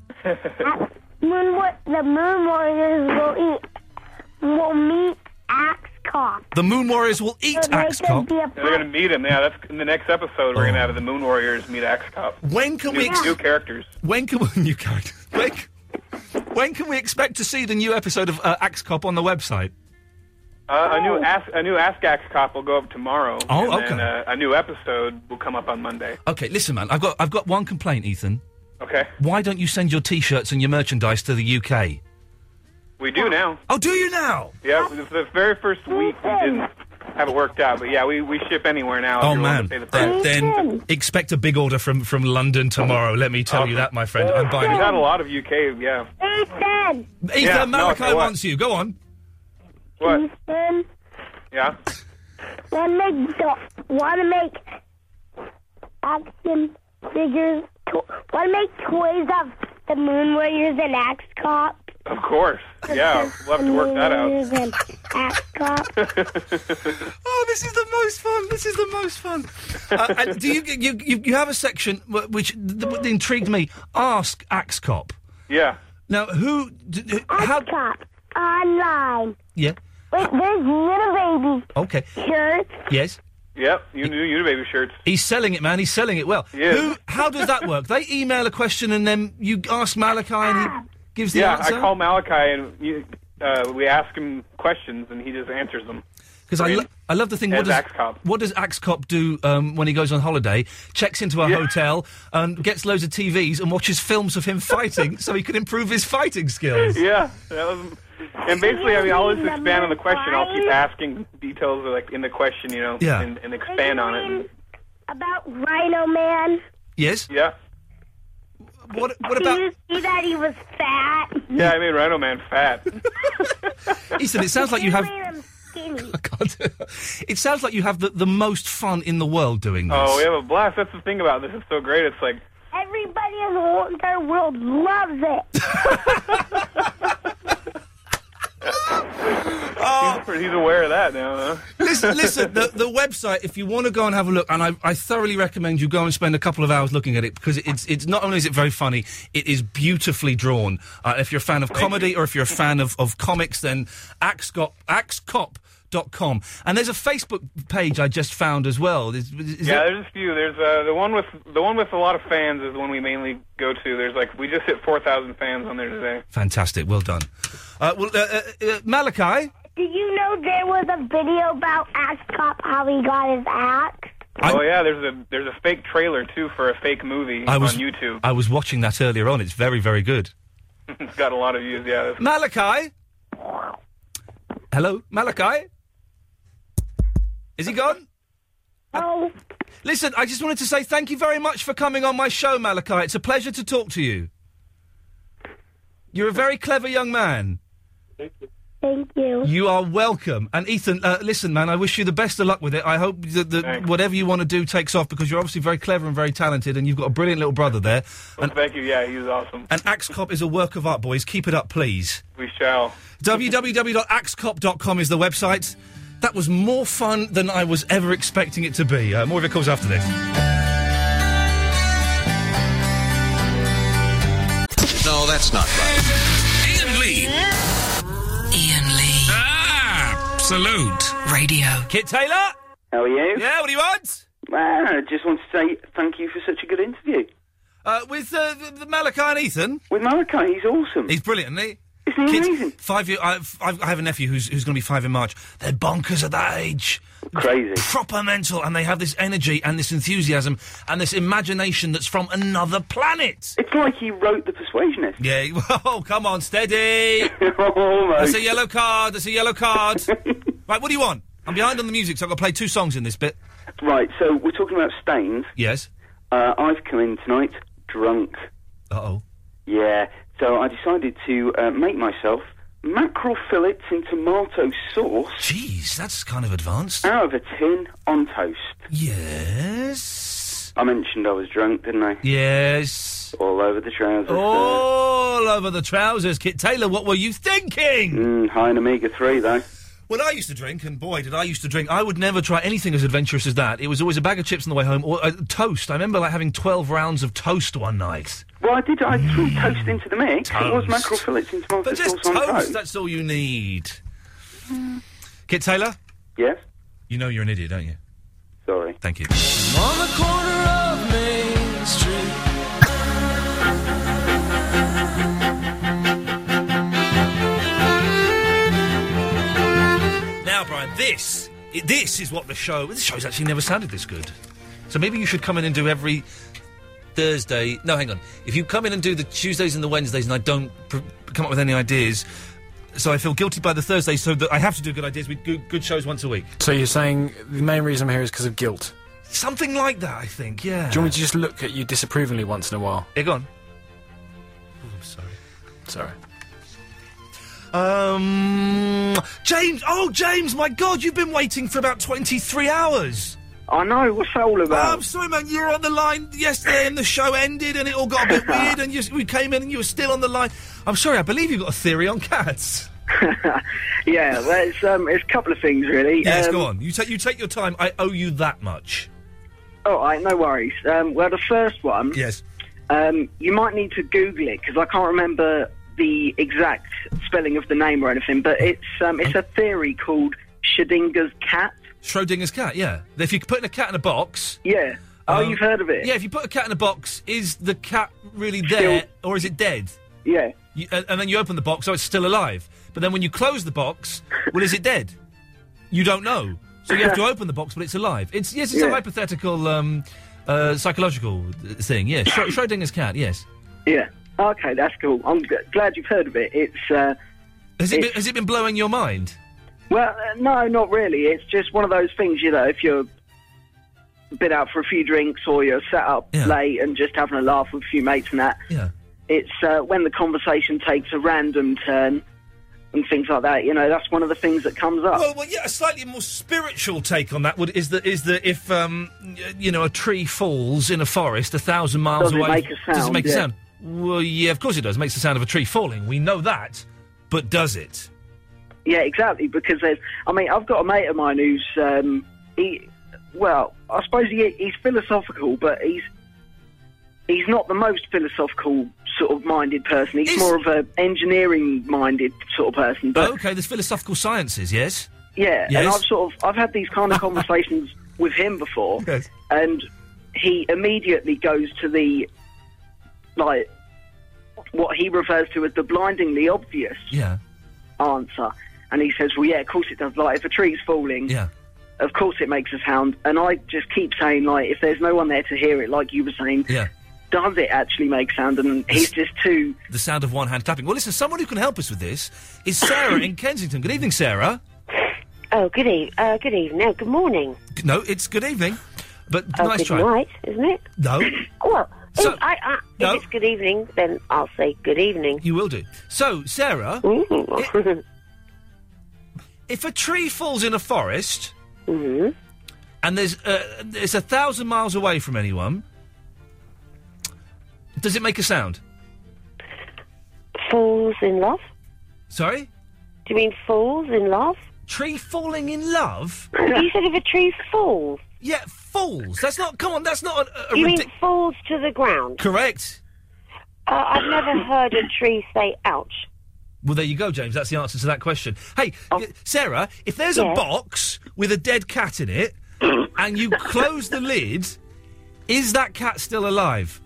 Speaker 10: Moon, wa- the Moon Warriors will eat, will meet Axe Cop.
Speaker 6: The Moon Warriors will eat
Speaker 10: They're
Speaker 6: Axe Cop.
Speaker 10: gonna
Speaker 9: They're going to meet him. Yeah, that's in the next episode. We're going to have the Moon Warriors meet Axe Cop.
Speaker 6: Oh. When can
Speaker 9: new,
Speaker 6: we ex-
Speaker 9: new characters?
Speaker 6: When can we, new character? When, c- when can we expect to see the new episode of uh, Axe Cop on the website?
Speaker 9: Uh, a new Ask a new Ask Axe Cop will go up tomorrow.
Speaker 6: Oh,
Speaker 9: and Then, uh, a new episode will come up on Monday.
Speaker 6: Okay, listen, man, I've got I've got one complaint, Ethan.
Speaker 9: Okay,
Speaker 6: Why don't you send your T-shirts and your merchandise to the UK?
Speaker 9: we do now.
Speaker 6: Oh, do you now?
Speaker 9: Yeah, this is the very first week we didn't have it worked out, but yeah, we, we ship anywhere now. if
Speaker 6: Oh
Speaker 9: you're willing to
Speaker 6: man!
Speaker 9: pay the
Speaker 6: Then,
Speaker 9: price.
Speaker 6: then expect a big order from from London tomorrow. Let me tell you that, my friend. I'm buying.
Speaker 9: We've had
Speaker 6: it.
Speaker 9: a lot of UK, yeah.
Speaker 10: Ethan!
Speaker 6: Ethan
Speaker 9: Yeah, no,
Speaker 6: Malachi
Speaker 9: so what?
Speaker 6: wants you. Go on.
Speaker 9: What?
Speaker 10: Ethan,
Speaker 9: Yeah.
Speaker 10: want to make, want to make action figures, to- want to make toys of the Moon Warriors and Axe Cop.
Speaker 9: Of course. Yeah, we'll have to work that
Speaker 10: Moon Warriors
Speaker 9: out.
Speaker 10: and Axe Cop.
Speaker 6: Oh, this is the most fun. This is the most fun. Uh, and do you, you you you have a section wh- which th- th- intrigued me? Ask Axe Cop.
Speaker 9: Yeah.
Speaker 6: Now, who? D- d- how?
Speaker 10: Cop. Online.
Speaker 6: Yeah.
Speaker 10: Wait, there's little baby
Speaker 6: Okay.
Speaker 10: shirts.
Speaker 6: Yes.
Speaker 9: Yep. You new Unibaby shirts.
Speaker 6: He's selling it, man. He's selling it well.
Speaker 9: Yeah.
Speaker 6: Who? How does that work? They email a question and then you ask Malachi and he gives the
Speaker 9: yeah,
Speaker 6: answer.
Speaker 9: I call Malachi and you, uh, we ask him questions and he just answers them.
Speaker 6: Because I, lo- I love the thing. What
Speaker 9: as
Speaker 6: does,
Speaker 9: Axe Cop.
Speaker 6: what does Axe Cop do um, when he goes on holiday? Checks into a hotel and gets loads of TVs and watches films of him fighting so he can improve his fighting skills.
Speaker 9: Yeah, that was. And basically, I mean, I'll just expand on the question. I'll keep asking details like in the question, you know,
Speaker 6: Yeah.
Speaker 9: and, and expand on it.
Speaker 10: About Rhino Man.
Speaker 6: Yes?
Speaker 9: Yeah.
Speaker 6: What, what
Speaker 10: Did you see that he was fat?
Speaker 9: Yeah, I made Rhino Man fat. Oh,
Speaker 6: Ethan, it sounds like you have.
Speaker 10: Skinny.
Speaker 6: It sounds like you have the, the most fun in the world doing this.
Speaker 9: Oh, we have a blast. That's the thing about this. It's so great. It's like,
Speaker 10: Everybody in the whole entire world loves it.
Speaker 9: he's, he's aware of that now, huh?
Speaker 6: Oh. listen, listen the, the website, if you want to go and have a look, and I, I thoroughly recommend you go and spend a couple of hours looking at it because it's, it's not only is it very funny, it is beautifully drawn. Uh, if you're a fan of comedy or if you're a fan of, of comics, then Axe Cop- axecop.com. And there's a Facebook page I just found as well. Is, is
Speaker 9: yeah,
Speaker 6: it-
Speaker 9: there's a few. There's uh, the one with the one with a lot of fans is the one we mainly go to. There's like we just hit four thousand fans on there today.
Speaker 6: Fantastic. Well done. Uh, well, uh, uh, uh, Malachi,
Speaker 10: Did you know there was a video about Axe Cop how he got his axe?
Speaker 9: oh yeah, there's a there's a fake trailer too for a fake movie
Speaker 6: I was
Speaker 9: on YouTube.
Speaker 6: I was watching that earlier on. It's very, very good.
Speaker 9: it's got a lot of views. Yeah, that's-
Speaker 6: Malachi? Hello? Malachi? Is he gone?
Speaker 10: Oh.
Speaker 6: Listen, I just wanted to say thank you very much for coming on my show, Malachi. It's a pleasure to talk to you. You're a very clever young man.
Speaker 10: Thank you.
Speaker 6: You are welcome. And Ethan, uh, listen, man, I wish you the best of luck with it. I hope that, that whatever you want to do takes off because you're obviously very clever and very talented, and you've got a brilliant little brother there.
Speaker 9: well, thank you. Yeah, he was awesome.
Speaker 6: And Axe Cop is a work of art, boys. Keep it up, please.
Speaker 9: We shall.
Speaker 6: www.axcop.com is the website. That was more fun than I was ever expecting it to be. Uh, more of your calls after this.
Speaker 2: No, that's not right.
Speaker 3: Ian Lee.
Speaker 4: Ian Lee.
Speaker 3: Absolute.
Speaker 4: Radio.
Speaker 6: Kit Taylor.
Speaker 11: How are you?
Speaker 6: Yeah, what do you want?
Speaker 11: Well, I just want to say thank you for such a good interview.
Speaker 6: Uh, with uh, the, the Malachi and Ethan.
Speaker 11: With Malachi, he's awesome.
Speaker 6: He's brilliant, isn't he?
Speaker 11: Isn't he amazing?
Speaker 6: Five year. I've, I've, I have a nephew who's who's going to be five in March. They're bonkers at that age.
Speaker 11: Crazy.
Speaker 6: Proper mental, and they have this energy and this enthusiasm and this imagination that's from another planet.
Speaker 11: It's like he wrote The Persuasionist.
Speaker 6: Yeah. Oh, come on, steady. That's a yellow card. That's a yellow card. right. What do you want? I'm behind on the music, so I've got to play two songs in this bit.
Speaker 11: Right, so we're talking about stains.
Speaker 6: Yes.
Speaker 11: Uh, I've come in tonight drunk.
Speaker 6: Uh oh.
Speaker 11: Yeah, so I decided to uh, make myself mackerel fillets in tomato sauce
Speaker 6: Jeez, that's kind of advanced.
Speaker 11: out of a tin on toast.
Speaker 6: Yes.
Speaker 11: I mentioned I was drunk, didn't I?
Speaker 6: Yes. Oh.
Speaker 11: All over the trousers. uh,
Speaker 6: All over the trousers, Kit Taylor. What were you thinking?
Speaker 11: Mm, high in omega 3, though.
Speaker 6: Well, I used to drink, and boy, did I used to drink. I would never try anything as adventurous as that. It was always a bag of chips on the way home, or uh, toast. I remember like having twelve rounds of toast one night.
Speaker 11: Well, I did. I threw toast into the mix. It was
Speaker 6: Toast.
Speaker 11: mackerel fillets in tomato
Speaker 6: But
Speaker 11: sauce
Speaker 6: just
Speaker 11: on
Speaker 6: toast. That's all you need. Kit Taylor.
Speaker 11: Yes.
Speaker 6: You know you're an idiot, don't you?
Speaker 11: Sorry.
Speaker 6: Thank you.
Speaker 5: On the corner of Main Street.
Speaker 6: Now, Brian, this i- this is what the show. This show's actually never sounded this good. So maybe you should come in and do every Thursday. No, hang on. If you come in and do the Tuesdays and the Wednesdays, and I don't pr- come up with any ideas, so I feel guilty by the Thursday, so that I have to do good ideas. We do good shows once a week.
Speaker 7: So you're saying the main reason I'm here is because of guilt?
Speaker 6: Something like that, I think. Yeah.
Speaker 7: Do you want me to just look at you disapprovingly once in a while?
Speaker 6: Yeah, go on.
Speaker 7: I'm sorry. Sorry.
Speaker 6: Um, James. Oh, James! My God, you've been waiting for about twenty-three hours.
Speaker 12: I know. What's that all
Speaker 6: Oh, I'm sorry, man. You were on the line yesterday, and the show ended, and it all got a bit weird. And you, we came in, and you were still on the line. I'm sorry. I believe you've got a theory on cats.
Speaker 12: yeah, well, it's um, it's a couple of things really.
Speaker 6: Yes,
Speaker 12: um,
Speaker 6: go on. You take you take your time. I owe you that much.
Speaker 12: All right, no worries. Um, well, the first one.
Speaker 6: Yes.
Speaker 12: Um, you might need to Google it because I can't remember the exact spelling of the name or anything. But it's um, it's a theory called Schrodinger's cat.
Speaker 6: Schrodinger's cat. Yeah. If you put a cat in a box.
Speaker 12: Yeah. Oh,
Speaker 6: um,
Speaker 12: you've heard of it?
Speaker 6: Yeah. If you put a cat in a box, is the cat really there, or is it dead?
Speaker 12: Yeah.
Speaker 6: You, and, and then you open the box, so it's still alive. But then when you close the box, well, is it dead? You don't know. So you have to open the box, but it's alive. It's yes, it's a
Speaker 12: Yeah.
Speaker 6: hypothetical, um, uh, psychological uh, thing. Yeah, Schro- Schrodinger's cat. Yes.
Speaker 12: Yeah. Okay, that's cool. I'm g- glad you've heard of it. It's uh,
Speaker 6: Has it,
Speaker 12: It's-
Speaker 6: been, has it been blowing your mind?
Speaker 12: Well, uh, no, not really. It's just one of those things, you know, if you're been out for a few drinks or you're sat up late and just having a laugh with a few mates and that.
Speaker 6: Yeah.
Speaker 12: It's uh, when the conversation takes a random turn and things like that. You know, that's one of the things that comes up.
Speaker 6: Well, well, yeah. A slightly more spiritual take on that would is that is that if um, y- you know a tree falls in a forest a thousand miles
Speaker 12: Does it
Speaker 6: away,
Speaker 12: make a
Speaker 6: does it
Speaker 12: sound?
Speaker 6: make a
Speaker 12: Yeah.
Speaker 6: sound? Well, yeah, of course it does. It makes the sound of a tree falling. We know that, but does it?
Speaker 12: Yeah, exactly. Because there's, I mean, I've got a mate of mine who's, um, he, well, I suppose he, he's philosophical, but he's he's not the most philosophical sort of minded person. He's more of a engineering minded sort of person. But
Speaker 6: okay, there's philosophical sciences. Yes.
Speaker 12: yeah, and
Speaker 6: Yes.
Speaker 12: I've sort of I've had these kind of conversations with him before, and he immediately goes to the like what he refers to as the blindingly obvious
Speaker 6: Yeah.
Speaker 12: answer. And he says, Well, yeah, of course it does. Like, if a tree's falling,
Speaker 6: Yeah.
Speaker 12: of course it makes a sound. And I just keep saying, like, if there's no one there to hear it, like you were saying,
Speaker 6: Yeah.
Speaker 12: does it actually make sound? And he's just too.
Speaker 6: The sound of one hand clapping. Well, listen, someone who can help us with this is Sarah in Kensington. Good evening, Sarah.
Speaker 13: Oh, good eve- uh, good evening. No, good morning.
Speaker 6: G- No, it's good evening, but
Speaker 12: Uh,
Speaker 13: Oh,
Speaker 6: nice
Speaker 13: good
Speaker 6: try.
Speaker 13: night, isn't it?
Speaker 6: No,
Speaker 13: Well,
Speaker 6: So-
Speaker 13: if, I, I, if
Speaker 6: No.
Speaker 13: it's good evening, then I'll say good evening.
Speaker 6: you will do. So, Sarah, i- if a tree falls in a forest and there's uh, it's a thousand miles away from anyone, does it make a sound?
Speaker 13: Fools in love?
Speaker 6: Sorry,
Speaker 13: Do you mean fools in love?
Speaker 6: Tree falling in love?
Speaker 13: you said if a tree falls.
Speaker 6: Yeah, falls. That's not. Come on, that's not a. a
Speaker 13: you
Speaker 6: ridic-
Speaker 13: mean falls to the ground?
Speaker 6: Correct.
Speaker 13: Uh, I've never heard a tree say ouch.
Speaker 6: Well, there you go, James. That's the answer to that question. Hey, y- Sarah, if there's a
Speaker 13: Yes.
Speaker 6: box with a dead cat in it and you close the lid, is that cat still alive?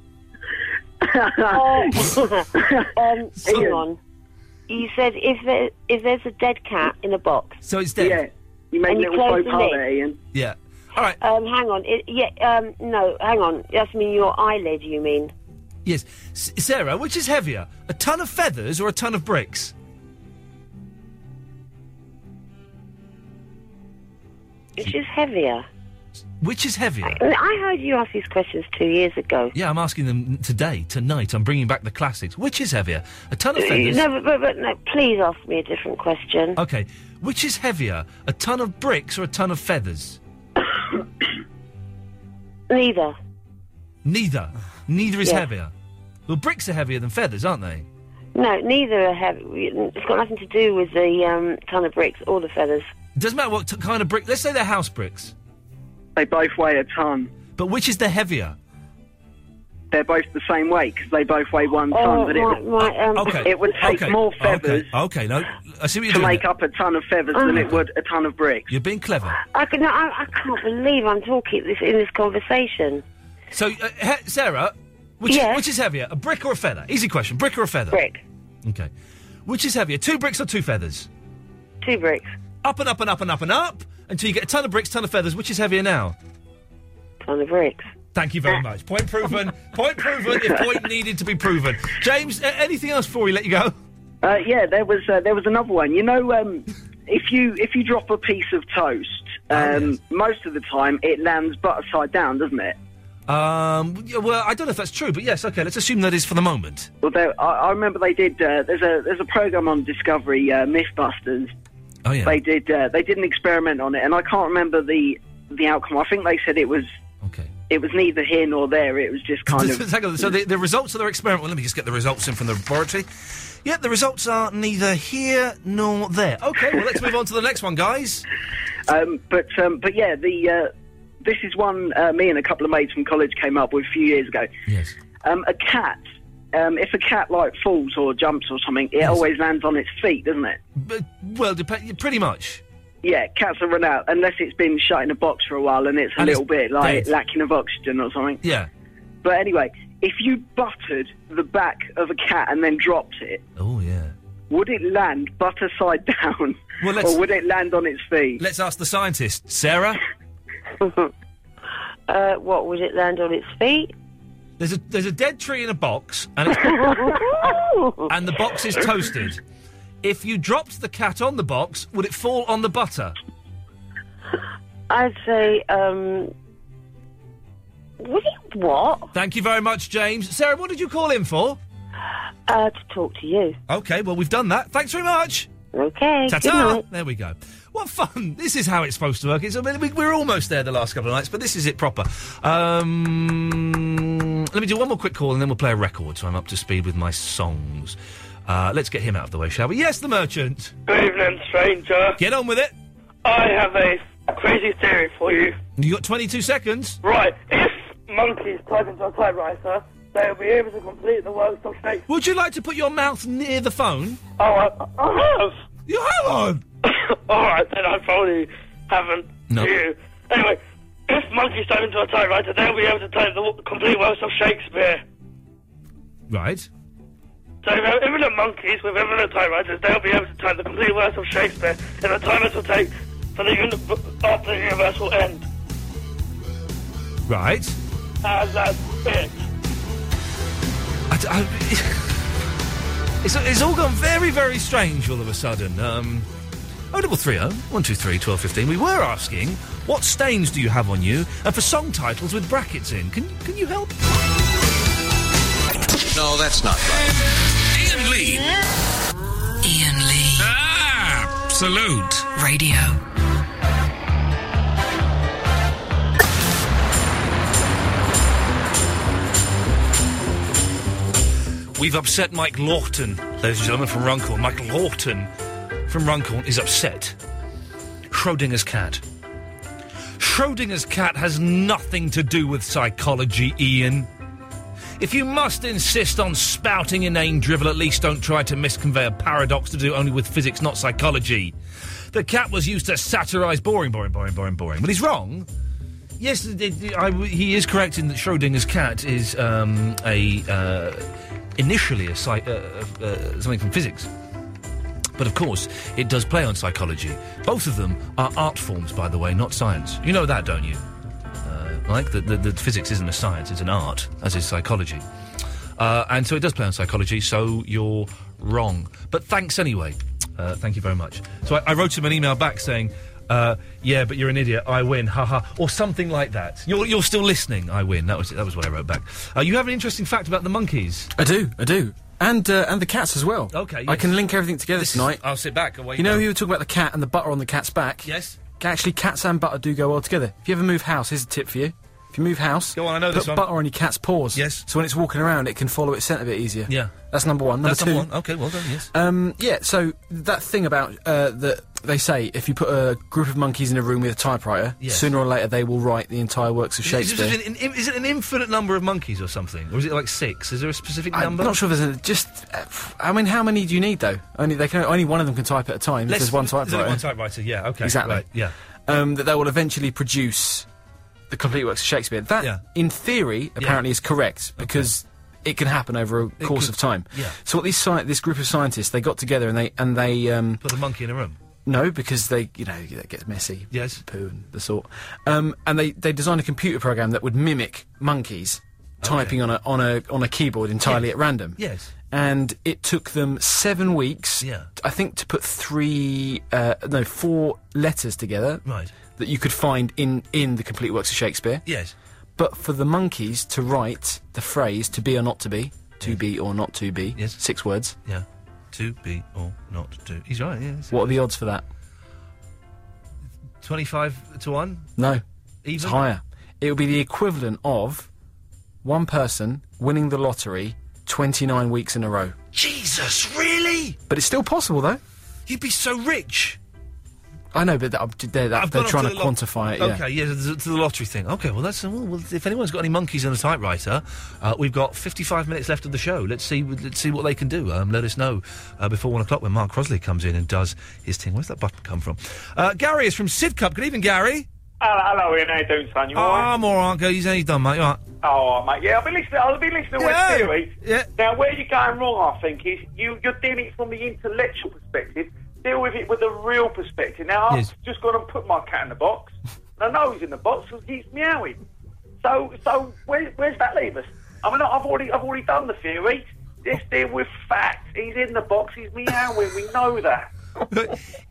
Speaker 13: Oh, um, hang on. You said if there if there's a dead cat in a box.
Speaker 6: So it's dead.
Speaker 13: Yeah,
Speaker 12: you made
Speaker 13: and
Speaker 12: a
Speaker 13: you
Speaker 12: little
Speaker 13: close
Speaker 12: faux
Speaker 13: the
Speaker 12: pas
Speaker 13: lid.
Speaker 12: there, Ian.
Speaker 6: Yeah.
Speaker 13: Um, hang on. It, yeah. Um, no. Hang on. That's mean your eyelid. You mean?
Speaker 6: Yes. S- Sarah, which is heavier, a ton of feathers or a ton of bricks?
Speaker 13: Which is heavier.
Speaker 6: Which is heavier?
Speaker 13: I heard you ask these questions two years ago.
Speaker 6: Yeah, I'm asking them today, tonight. I'm bringing back the classics. Which is heavier, a ton of feathers?
Speaker 13: Uh, No, but, but, but no, please ask me a different question.
Speaker 6: Okay. Which is heavier, a ton of bricks or a ton of feathers?
Speaker 13: Neither.
Speaker 6: Neither. Neither is
Speaker 13: Yeah.
Speaker 6: heavier. Well, bricks are heavier than feathers, aren't they?
Speaker 13: No, neither are heavy. It's got nothing to do with the um, ton of bricks or the feathers.
Speaker 6: Doesn't matter what t- kind of brick. Let's say they're house bricks.
Speaker 12: They both weigh a ton.
Speaker 6: But which is the heavier?
Speaker 12: They're both the same weight because they both weigh one ton. But it, would-
Speaker 6: okay.
Speaker 12: it would take
Speaker 6: okay.
Speaker 12: more
Speaker 6: okay,
Speaker 12: feathers
Speaker 6: Okay. No, I see what you're
Speaker 12: to
Speaker 6: doing.
Speaker 12: make
Speaker 6: there.
Speaker 12: up a ton of feathers than it would a ton of bricks.
Speaker 6: You're being clever.
Speaker 13: I, can, no, I, I can't believe I'm talking this in this conversation.
Speaker 6: So, uh, he- Sarah, which, is, which is heavier, a brick or a feather? Easy question. Brick or a feather?
Speaker 13: Brick.
Speaker 6: Okay. Which is heavier, two bricks or two feathers?
Speaker 13: Two bricks.
Speaker 6: Up and up and up and up and up until you get a ton of bricks, ton of feathers. Which is heavier now?
Speaker 13: Ton of bricks.
Speaker 6: Thank you very much. Point proven. point proven. If point needed to be proven. James, a- anything else before we let you go?
Speaker 12: Uh, yeah, there was uh, there was another one. You know, um, if you if you drop a piece of toast,
Speaker 6: Oh,
Speaker 12: um, most of the time it lands butter side down, doesn't it?
Speaker 6: Um, yeah, well, I don't know if that's true, but yes, okay, let's assume that is for the moment.
Speaker 12: Although I, I remember they did. Uh, there's a there's a program on Discovery, uh, MythBusters.
Speaker 6: Oh yeah.
Speaker 12: They did uh, they did an experiment on it, and I can't remember the the outcome. I think they said it was
Speaker 6: okay.
Speaker 12: It was neither here nor there. It was just kind of
Speaker 6: Hang on, so the, the results of their experiment. Well, let me just get the results in from the laboratory. Yeah, the results are neither here nor there. Okay, well, let's move on to the next one, guys.
Speaker 12: Um, but um, but yeah, the uh, this is one uh, me and a couple of mates from college came up with a few years ago.
Speaker 6: Yes.
Speaker 12: Um, a cat. Um, if a cat like falls or jumps or something, it always lands on its feet, doesn't it?
Speaker 6: But, well, dep- pretty much.
Speaker 12: Yeah, cats are run out unless it's been shut in a box for a while and it's a
Speaker 6: And it's
Speaker 12: little bit like
Speaker 6: dead.
Speaker 12: lacking of oxygen or something.
Speaker 6: Yeah.
Speaker 12: But anyway, if you buttered the back of a cat and then dropped it,
Speaker 6: Oh yeah.
Speaker 12: would it land butter side down,
Speaker 6: Well, let's-
Speaker 12: or would it land on its feet?
Speaker 6: Let's ask the scientist, Sarah.
Speaker 13: Uh, what would it land on its feet?
Speaker 6: There's a there's a dead tree in a box, and it's, and the box is toasted. If you dropped the cat on the box, would it fall on the butter?
Speaker 13: I'd say, um, what? do you- what?
Speaker 6: Thank you very much, James. Sarah, what did you call in for?
Speaker 13: Uh, to talk to you.
Speaker 6: Okay, well we've done that. Uh, Thanks very much.
Speaker 13: Okay.
Speaker 6: Ta
Speaker 13: good
Speaker 6: ta.
Speaker 13: night.
Speaker 6: There we go. What fun! This is how it's supposed to work. It's, I mean, we, we're almost there the last couple of nights, but this is it proper. Um, let me do one more quick call and then we'll play a record so I'm up to speed with my songs. Uh, let's get him out of the way, shall we? Yes, the merchant.
Speaker 14: Good evening, stranger.
Speaker 6: Get on with it.
Speaker 14: I have a crazy theory for you.
Speaker 6: You got 22 seconds.
Speaker 14: Right, if monkeys type into a typewriter, they will be able to complete the works of Shakespeare.
Speaker 6: Would you like to put your mouth near the phone?
Speaker 14: Oh, I, I have.
Speaker 6: You have on.
Speaker 14: All right, then I probably haven't.
Speaker 6: No.
Speaker 14: You. Anyway, if monkeys type into a typewriter, they will be able to type the w- complete works of Shakespeare.
Speaker 6: Right.
Speaker 14: So if there are infinite monkeys with infinite typewriters, they'll be able to type the complete works of Shakespeare in the time it will take for the uni- after the universe will end.
Speaker 6: Right.
Speaker 14: And that's it.
Speaker 6: I d- I- it's, it's all gone very, very strange all of a sudden. Um, 0330 123 1215. We were asking, what stains do you have on you? And for song titles with brackets in. Can, can you help?
Speaker 2: No, that's not right.
Speaker 3: Ian Lee.
Speaker 4: Ian Lee.
Speaker 3: Absolute.
Speaker 4: Radio.
Speaker 6: We've upset Mike Lawton, ladies and gentlemen, from Runcorn. Mike Lawton from Runcorn is upset. Schrodinger's cat. Schrodinger's cat has nothing to do with psychology, Ian. If you must insist on spouting inane drivel, at least don't try to misconvey a paradox to do only with physics, not psychology. The cat was used to satirise boring, boring, boring, boring, boring. Well, he's wrong. Yes, it- it- I w- he is correct in that Schrodinger's cat is um, a uh, initially a psy- uh, uh, uh, something from physics. But of course, it does play on psychology. Both of them are art forms, by the way, not science. You know that, don't you? Uh, Mike, that that that physics isn't a science, it's an art, as is psychology. Uh, and so it does play on psychology, so you're wrong. But thanks anyway. Uh, thank you very much. So I, I wrote him an email back saying, uh, yeah, but you're an idiot. I win, haha, or something like that. You're, you're still listening. I win. That was it. That was what I wrote back. Uh, you have an interesting fact about the monkeys.
Speaker 7: I do, I do. And uh, and the cats as well.
Speaker 6: Okay,
Speaker 7: I
Speaker 6: yes.
Speaker 7: can link everything together tonight.
Speaker 6: I'll sit back. Away.
Speaker 7: you know,
Speaker 6: go.
Speaker 7: you were talking about the cat and the butter on the cat's back.
Speaker 6: Yes.
Speaker 7: Actually, cats and butter do go well together. If you ever move house, here's a tip for you. If you move house, go on, I know put
Speaker 6: this one.
Speaker 7: butter on your cat's paws. Yes. So when it's walking around, it can follow its scent a bit easier.
Speaker 6: Yeah.
Speaker 7: That's number one. Number
Speaker 6: That's
Speaker 7: two.
Speaker 6: number one. Okay, well done. Yes.
Speaker 7: Um, yeah, so that thing about uh, that they say if you put a group of monkeys in a room with a typewriter,
Speaker 6: Yes.
Speaker 7: sooner or later they will write the entire works of
Speaker 6: Is,
Speaker 7: Shakespeare.
Speaker 6: it an, in- is it an infinite number of monkeys or something, or is it like six? Is there a specific
Speaker 7: I'm
Speaker 6: number?
Speaker 7: not sure if there's a, just. uh, f- I mean, how many do you need though? Only they can only one of them can type at a time. if
Speaker 6: Let's-
Speaker 7: there's one typewriter.
Speaker 6: There's only one typewriter. Yeah. Okay.
Speaker 7: exactly.
Speaker 6: Right, yeah.
Speaker 7: Um, that they will eventually produce the complete works of Shakespeare. That, in theory, apparently is correct because it can happen over a course
Speaker 6: could-
Speaker 7: of time.
Speaker 6: yeah.
Speaker 7: So what these sci- this group of scientists they got together and they and they um,
Speaker 6: Put a monkey in a room.
Speaker 7: no, because they, you know, that gets messy.
Speaker 6: Yes.
Speaker 7: Poo and the sort. Um, and they, they designed a computer program that would mimic monkeys typing on a, on a, on a keyboard entirely at random.
Speaker 6: Yes.
Speaker 7: And it took them seven weeks,
Speaker 6: Yeah.
Speaker 7: I think, to put three, uh, no, four letters together.
Speaker 6: Right.
Speaker 7: That you could find in, in the complete works of Shakespeare.
Speaker 6: Yes.
Speaker 7: But for the monkeys to write the phrase to be or not to be, to be or not to be, yes. six words.
Speaker 6: Yeah. To be or not to. He's right. Yes.
Speaker 7: What are the odds for that?
Speaker 6: Twenty-five to one.
Speaker 7: No. It's
Speaker 6: Even?
Speaker 7: higher. It would be the equivalent of one person winning the lottery 29 weeks in a row.
Speaker 6: Jesus, really?
Speaker 7: But it's still possible, though.
Speaker 6: You'd be so rich.
Speaker 7: I know, but that, they're, that,
Speaker 6: I've
Speaker 7: they're
Speaker 6: gone on
Speaker 7: trying to,
Speaker 6: the lot-
Speaker 7: quantify it.
Speaker 6: Okay, yeah, to the, to the lottery thing. Okay, well, that's well, well, if anyone's got any monkeys in a typewriter, uh, we've got 55 minutes left of the show. Let's see, let's see what they can do. Um, let us know uh, before one o'clock when Mark Crosley comes in and does his thing. Where's that button come from? Uh, Gary is from Sidcup. Good evening, Gary.
Speaker 4: Hello, hello, Ian. How you doing, son? You
Speaker 6: Oh,
Speaker 4: all right?
Speaker 6: I'm all right, Gary. How you done, mate? You all right?
Speaker 4: Oh, mate, yeah, I've been listening. I've been listening to West
Speaker 6: Yeah.
Speaker 4: Theory. Now, where you're going wrong, I think, is you, you're dealing it from the intellectual perspective. Deal with it with a real perspective. Now, I've
Speaker 6: Yes.
Speaker 4: just gone and put my cat in the box, and I know he's in the box because he's meowing. So, so where, where's that leave us? I mean, I've already, I've already done the theory. Let's deal with facts. He's in the box. He's meowing. we know that.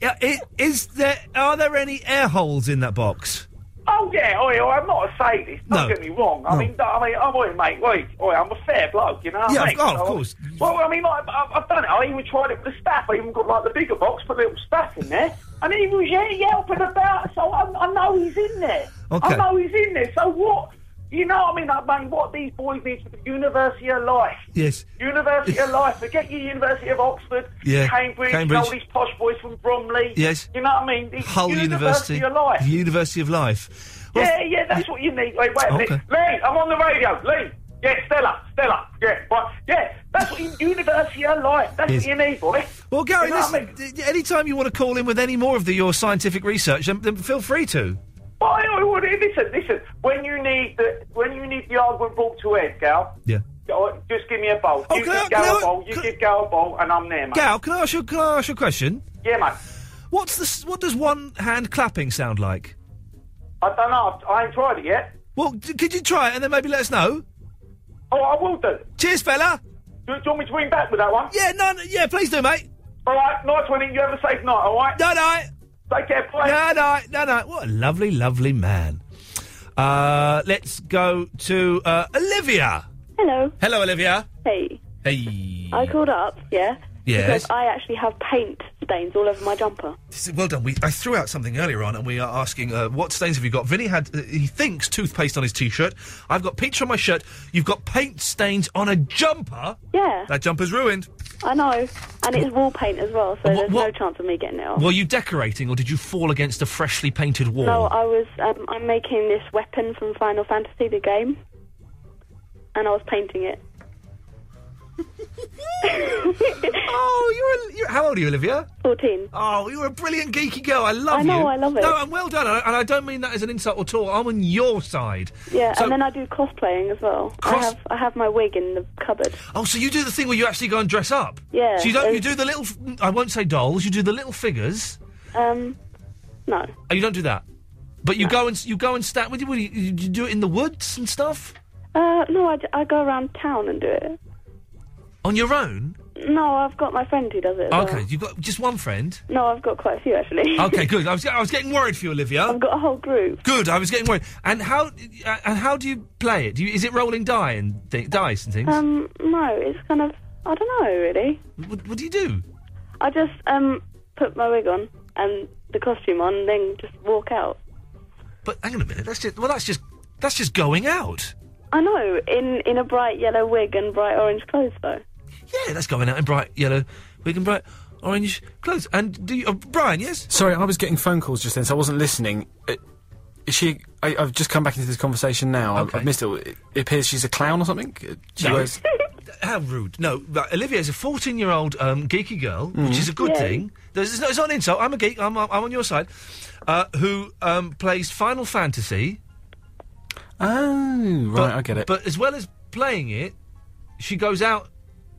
Speaker 6: Yeah, i- is there are there any air holes in that box?
Speaker 4: Oh yeah, oi, oi, I'm not a sadist. Don't
Speaker 6: No.
Speaker 4: get me wrong. I
Speaker 6: No.
Speaker 4: mean, I mean, I'm oi, mate. Oi, oi, I'm a fair bloke, you know. what I
Speaker 6: Yeah, of-
Speaker 4: mean?
Speaker 6: oh, of
Speaker 4: So-
Speaker 6: course.
Speaker 4: Well, I mean, like, I've, I've done it. I even tried it with the staff. I even got like the bigger box, put little staff in there, and he was yeah, yelping about. So I, I know he's in there.
Speaker 9: Okay.
Speaker 4: I know he's in there. So what? You know what I mean? I mean, what these boys need for the university of life.
Speaker 6: Yes.
Speaker 4: University of Life. Forget your University of Oxford,
Speaker 6: Yeah,
Speaker 4: Cambridge,
Speaker 6: Cambridge.
Speaker 4: all these posh boys from Bromley.
Speaker 6: Yes.
Speaker 4: You know what I mean? These
Speaker 6: Hull University,
Speaker 4: of Life.
Speaker 6: The University of Life. Well,
Speaker 4: yeah, yeah, that's what you need. Wait, wait a minute.
Speaker 6: Okay.
Speaker 4: Lee, I'm on the radio. Lee. Yeah, Stella, Stella. Yeah, right. Yeah, that's what you, University of Life. That's
Speaker 6: Yes.
Speaker 4: what you need, boy.
Speaker 6: Well, Gary,
Speaker 4: You know what I
Speaker 6: listen, d- anytime you want to call in with any more of the, your scientific research, then, then feel free to.
Speaker 4: Well, I- I would- listen, listen. When you need the when you need the argument brought to end, Gal.
Speaker 6: Yeah.
Speaker 4: go- Just give me a bowl. you give Gal a bowl. You give Gal a bowl, and I'm there, mate.
Speaker 6: Gal, can I ask you, can I ask you a question?
Speaker 4: Yeah, mate.
Speaker 6: What's the, s- what does one hand clapping sound like?
Speaker 4: I don't know. I've- I ain't tried it yet.
Speaker 6: Well, d- could you try it and then maybe let us know?
Speaker 4: Oh, I will do.
Speaker 6: Cheers, fella.
Speaker 4: Do, do you want me to ring back with that one?
Speaker 6: Yeah, no, no, yeah, please do, mate.
Speaker 4: All right, nice one. You have a safe night. All right.
Speaker 6: No, no.
Speaker 4: Take care. Bye.
Speaker 6: No, no, no, no. What a lovely, lovely man. Uh, let's go to uh, Olivia.
Speaker 15: Hello.
Speaker 6: Hello, Olivia.
Speaker 15: Hey.
Speaker 6: Hey.
Speaker 15: I called up, yeah,
Speaker 6: Yes.
Speaker 15: Because I actually have paint stains all over my jumper.
Speaker 6: This is- Well done. We, I threw out something earlier on, and we are asking uh, what stains have you got. Vinny had uh, he thinks toothpaste on his t-shirt. I've got pizza on my shirt. You've got paint stains on a jumper.
Speaker 15: Yeah,
Speaker 6: That jumper's ruined.
Speaker 15: I know. And it's wall paint as well, so there's no chance of me getting it off.
Speaker 6: Were you decorating, or did you fall against a freshly painted wall?
Speaker 15: No, I was. Um, I'm making this weapon from Final Fantasy, the game, and I was painting it.
Speaker 6: oh, you're, a, you're how old are you, Olivia?
Speaker 15: Fourteen.
Speaker 6: Oh, you're a brilliant geeky girl. I love
Speaker 15: I
Speaker 6: you.
Speaker 15: know, I love it.
Speaker 6: No, and well done. And I, and I don't mean that as an insult at all. I'm on your side.
Speaker 15: Yeah,
Speaker 6: So-
Speaker 15: and then I do cosplaying as well. I have I have my wig in the cupboard.
Speaker 6: Oh, so you do the thing where you actually go and dress up?
Speaker 15: Yeah,
Speaker 6: So you don't. You
Speaker 15: it's-
Speaker 6: do the little. f- I won't say dolls. You do the little figures.
Speaker 15: Um, no.
Speaker 6: Oh, you don't do that. But you go and s- you go and stand. What do you, what do you, you do it in the woods and stuff
Speaker 15: Uh, no, I, d- I go around town and do it.
Speaker 6: on your own.
Speaker 15: No, I've got my friend who does it. as well.
Speaker 6: Okay, you've got just one friend.
Speaker 15: No, I've got quite a few actually.
Speaker 6: okay, good. I was I was getting worried for you, Olivia. I've
Speaker 15: got a whole group.
Speaker 6: Good. I was getting worried. And how uh, and how do you play it? Do you, is it rolling die and th- dice and things?
Speaker 15: Um, no, it's kind of I don't know really.
Speaker 6: What, what do you do?
Speaker 15: I just um put my wig on and the costume on, and then just walk out.
Speaker 6: But hang on a minute. That's just well, that's just that's just going out.
Speaker 15: I know in in a bright yellow wig and bright orange clothes though.
Speaker 6: Yeah, that's going out in bright yellow, wig and bright orange clothes. And do you, uh, Brian? Yes.
Speaker 7: Sorry, I was getting phone calls just then, so I wasn't listening. Uh, Is she? I, I've just come back into this conversation now. I- I've missed it. It, it appears she's a clown or something. Uh, She
Speaker 6: No.
Speaker 7: wears.
Speaker 6: How rude. No, but Olivia is a 14 year old um, geeky girl, which
Speaker 7: Mhm.
Speaker 6: is a good
Speaker 7: Yay.
Speaker 6: thing. There's, it's, not, it's not an insult. I'm a geek. I'm, I'm I'm on your side. Uh, who um, plays Final Fantasy.
Speaker 7: Oh, right,
Speaker 6: but-
Speaker 7: I get it.
Speaker 6: But as well as playing it, she goes out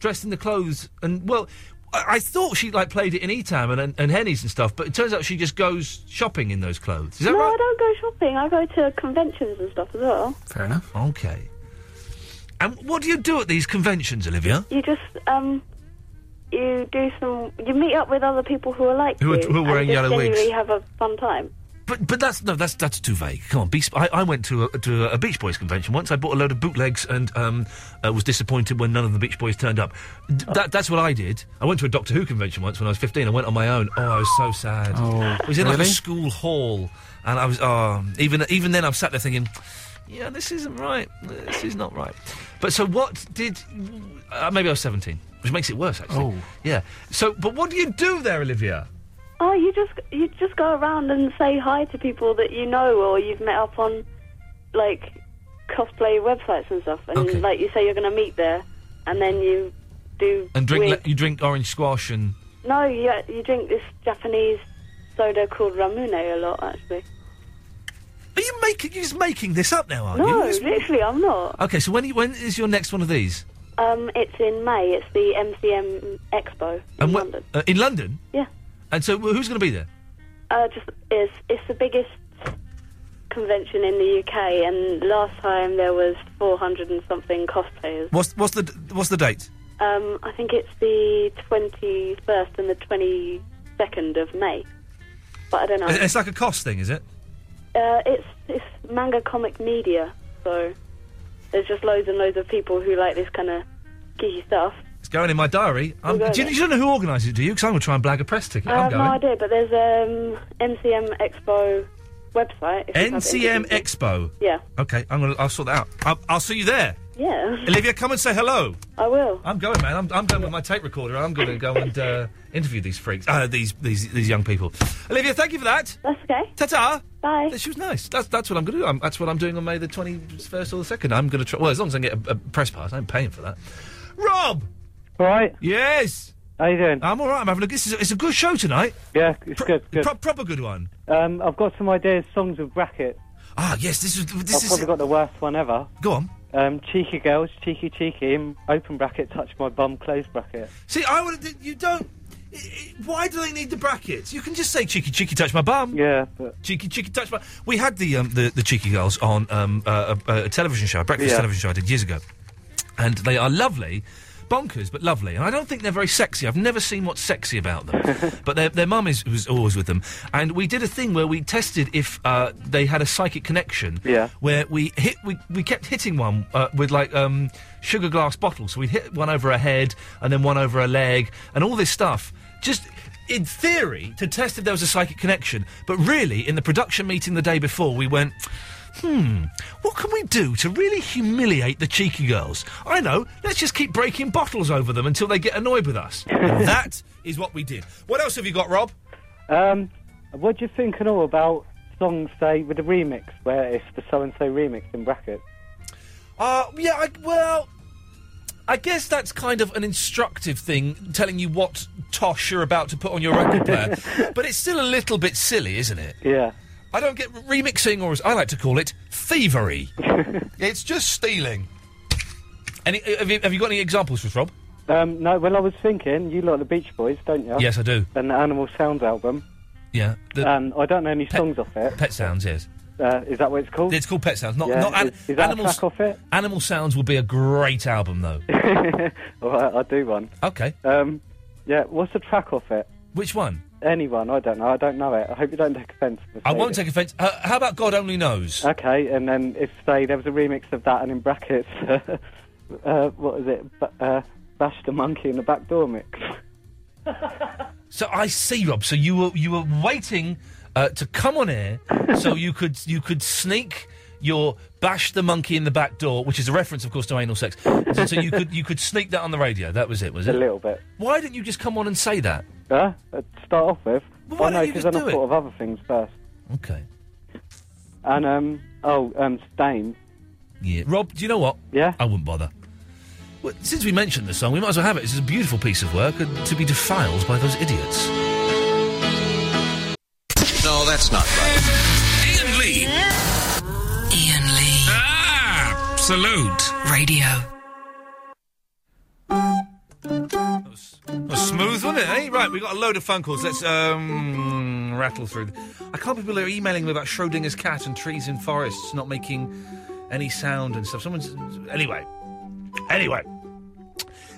Speaker 6: dressed in the clothes and, well, I, I thought she like played it in E Etam and, and, and Henny's and stuff, but it turns out she just goes shopping in those clothes. Is that
Speaker 15: no,
Speaker 6: right?
Speaker 15: I don't go shopping. I go to conventions and stuff as well.
Speaker 7: Fair enough.
Speaker 6: Okay. And what do you do at these conventions, Olivia?
Speaker 15: You just um, you do some. You meet up with other people who are like
Speaker 6: Who are-
Speaker 15: you.
Speaker 6: who are wearing
Speaker 15: and just
Speaker 6: yellow wigs.
Speaker 15: genuinely have a fun time.
Speaker 6: But but that's no that's that's too vague. Come on, be sp- I, I went to a, to a Beach Boys convention once. I bought a load of bootlegs and um, uh, was disappointed when none of the Beach Boys turned up.
Speaker 7: Oh.
Speaker 6: D- that that's what I did. I went to a Doctor Who convention once when I was fifteen. I went on my own. Oh, I was so sad.
Speaker 7: Oh,
Speaker 6: it was in like
Speaker 7: really?
Speaker 6: a school hall, and I was oh, even even then I'm sat there thinking, yeah, this isn't right. This is not right. But so what did? Uh, maybe I was seventeen, which makes it worse actually.
Speaker 7: Oh.
Speaker 6: yeah. So but what do you do there, Olivia?
Speaker 15: Oh, you just you just go around and say hi to people that you know or you've met up on, like cosplay websites and stuff, and
Speaker 6: Okay.
Speaker 15: like you say you're going to meet there, and then you do
Speaker 6: And drink
Speaker 15: weird-
Speaker 6: le- you drink orange squash and.
Speaker 15: no, you you drink this Japanese soda called ramune a lot actually.
Speaker 6: Are you making? You're just making this up now, aren't you?
Speaker 15: No,
Speaker 6: You're just-
Speaker 15: literally, I'm not.
Speaker 6: Okay, so when you- when is your next one of these?
Speaker 15: Um, it's in May. It's the MCM Expo.
Speaker 6: In London. Uh, in London.
Speaker 15: Yeah.
Speaker 6: And so wh- who's going to be there?
Speaker 15: Uh, just it's it's the biggest convention in the UK, and last time there was 400 and something cosplayers.
Speaker 6: What's what's the what's the date?
Speaker 15: Um, I think it's the 21st and the 22nd of May, but I don't know.
Speaker 6: I- It's like a cost thing, is it?
Speaker 15: Uh, it's it's manga comic media, so there's just loads and loads of people who like this kind of geeky stuff.
Speaker 6: It's going in my diary. I'm,
Speaker 15: We'll go
Speaker 6: do, you,
Speaker 15: there. Uh,
Speaker 6: do you know who organises it? Do you? Because I'm going to try and blag a press ticket.
Speaker 15: I
Speaker 6: I'm
Speaker 15: have
Speaker 6: going.
Speaker 15: no idea, but there's um MCM Expo website. if you type it in.
Speaker 6: NCM Expo.
Speaker 15: Yeah,
Speaker 6: Okay, I'm gonna. I'll sort that out. I'll, I'll see you there.
Speaker 15: yeah.
Speaker 6: Olivia, come and say hello.
Speaker 15: I will.
Speaker 6: I'm going, man. I'm, I'm going with my tape recorder. I'm going to go and uh, interview these freaks, uh, these these these young people. Olivia, thank you for that.
Speaker 15: That's okay.
Speaker 6: Ta-ta.
Speaker 15: Bye.
Speaker 6: She was nice. That's that's what I'm going to do. I'm, that's what I'm doing on May the 21st or the 2nd. I'm going to try. Well, as long as I can get a, a press pass, I'm paying for that. Rob.
Speaker 16: Right.
Speaker 6: Yes.
Speaker 16: How you doing?
Speaker 6: I'm all right. I'm having a. This is a, it's a good show tonight.
Speaker 16: Yeah, it's good. good.
Speaker 6: Pro- proper good one.
Speaker 16: um, I've got some ideas. Songs with brackets.
Speaker 6: Ah, yes. This is. This
Speaker 16: I've
Speaker 6: is.
Speaker 16: probably got the worst one ever.
Speaker 6: Go on.
Speaker 16: Um, cheeky girls, cheeky cheeky. In open bracket, touch my bum. Close bracket.
Speaker 6: See, I would. You don't. i- i- Why do they need the brackets? You can just say cheeky, cheeky, touch my bum.
Speaker 16: Yeah.
Speaker 6: Cheeky, cheeky, touch my. We had the um, the, the cheeky girls on um, uh, a, a television show, a breakfast
Speaker 16: Yeah.
Speaker 6: television show I did years ago, and they are lovely. bonkers but lovely. And I don't think they're very sexy. I've never seen what's sexy about them. but their their mum is was always with them. And we did a thing where we tested if uh, they had a psychic connection.
Speaker 16: Yeah.
Speaker 6: Where we hit we we kept hitting one uh, with like um, sugar glass bottles. So we'd hit one over her head and then one over her leg and all this stuff. Just in theory to test if there was a psychic connection. But really, in the production meeting the day before, we went. Hmm, what can we do to really humiliate the cheeky girls? I know, let's just keep breaking bottles over them until they get annoyed with us. And that is what we did. What else have you got, Rob?
Speaker 16: Um, what do you think and all about songs, say, with a remix, where it's the so-and-so remix in brackets?
Speaker 6: Uh, yeah, I, well, I guess that's kind of an instructive thing, telling you what tosh you're about to put on your record player. but it's still a little bit silly, isn't it?
Speaker 16: Yeah.
Speaker 6: I don't get remixing, or as I like to call it, thievery. it's just stealing. Any, uh, have, you, have you got any examples for us, Rob?
Speaker 16: Um, no, well, I was thinking, you like the Beach Boys, don't you?
Speaker 6: Yes, I do.
Speaker 16: And the Animal Sounds album.
Speaker 6: Yeah. The
Speaker 16: And I don't know any songs off it.
Speaker 6: pet sounds, yes.
Speaker 16: Uh, is that what it's called?
Speaker 6: It's called Pet Sounds. Not,
Speaker 16: Yeah,
Speaker 6: not an-
Speaker 16: is, is that
Speaker 6: animals.
Speaker 16: a track off it?
Speaker 6: Animal Sounds would be a great album, though.
Speaker 16: All right, I'll do one.
Speaker 6: Okay.
Speaker 16: Um, yeah, what's the track off it?
Speaker 6: Which one?
Speaker 16: Anyone, I don't know. I don't know it. I hope you don't take offence. if
Speaker 6: I
Speaker 16: say
Speaker 6: won't
Speaker 16: it.
Speaker 6: take offence. Uh, how about God Only Knows?
Speaker 16: Okay, and then if say there was a remix of that, and in brackets, uh, what is it? B- uh, Bash the monkey in the back door mix.
Speaker 6: So I see, Rob. So you were you were waiting uh, to come on air so you could you could sneak your bash the monkey in the back door, which is a reference, of course, to anal sex. So, so you could you could sneak that on the radio. That was it, was
Speaker 16: A
Speaker 6: it?
Speaker 16: little bit.
Speaker 6: Why didn't you just come on and say that?
Speaker 16: Uh, to start off with.
Speaker 6: why
Speaker 16: I know
Speaker 6: don't you
Speaker 16: because
Speaker 6: just
Speaker 16: then
Speaker 6: do
Speaker 16: I
Speaker 6: it?
Speaker 16: thought of other things first.
Speaker 6: Okay.
Speaker 16: And um, oh, um, Stain.
Speaker 6: Yeah, Rob. Do you know what?
Speaker 16: Yeah.
Speaker 6: I wouldn't bother. Well, since we mentioned the song, we might as well have it. It's a beautiful piece of work uh, to be defiled by those idiots.
Speaker 2: No, that's not right.
Speaker 3: Ian Lee.
Speaker 4: Ian Lee.
Speaker 3: Absolute.
Speaker 4: Radio.
Speaker 6: Well, smooth, wasn't it? Eh? Right, we got a load of phone calls. Let's um, rattle through. th- I can't believe people are emailing me about Schrodinger's cat and trees in forests not making any sound and stuff. Someone's anyway. Anyway,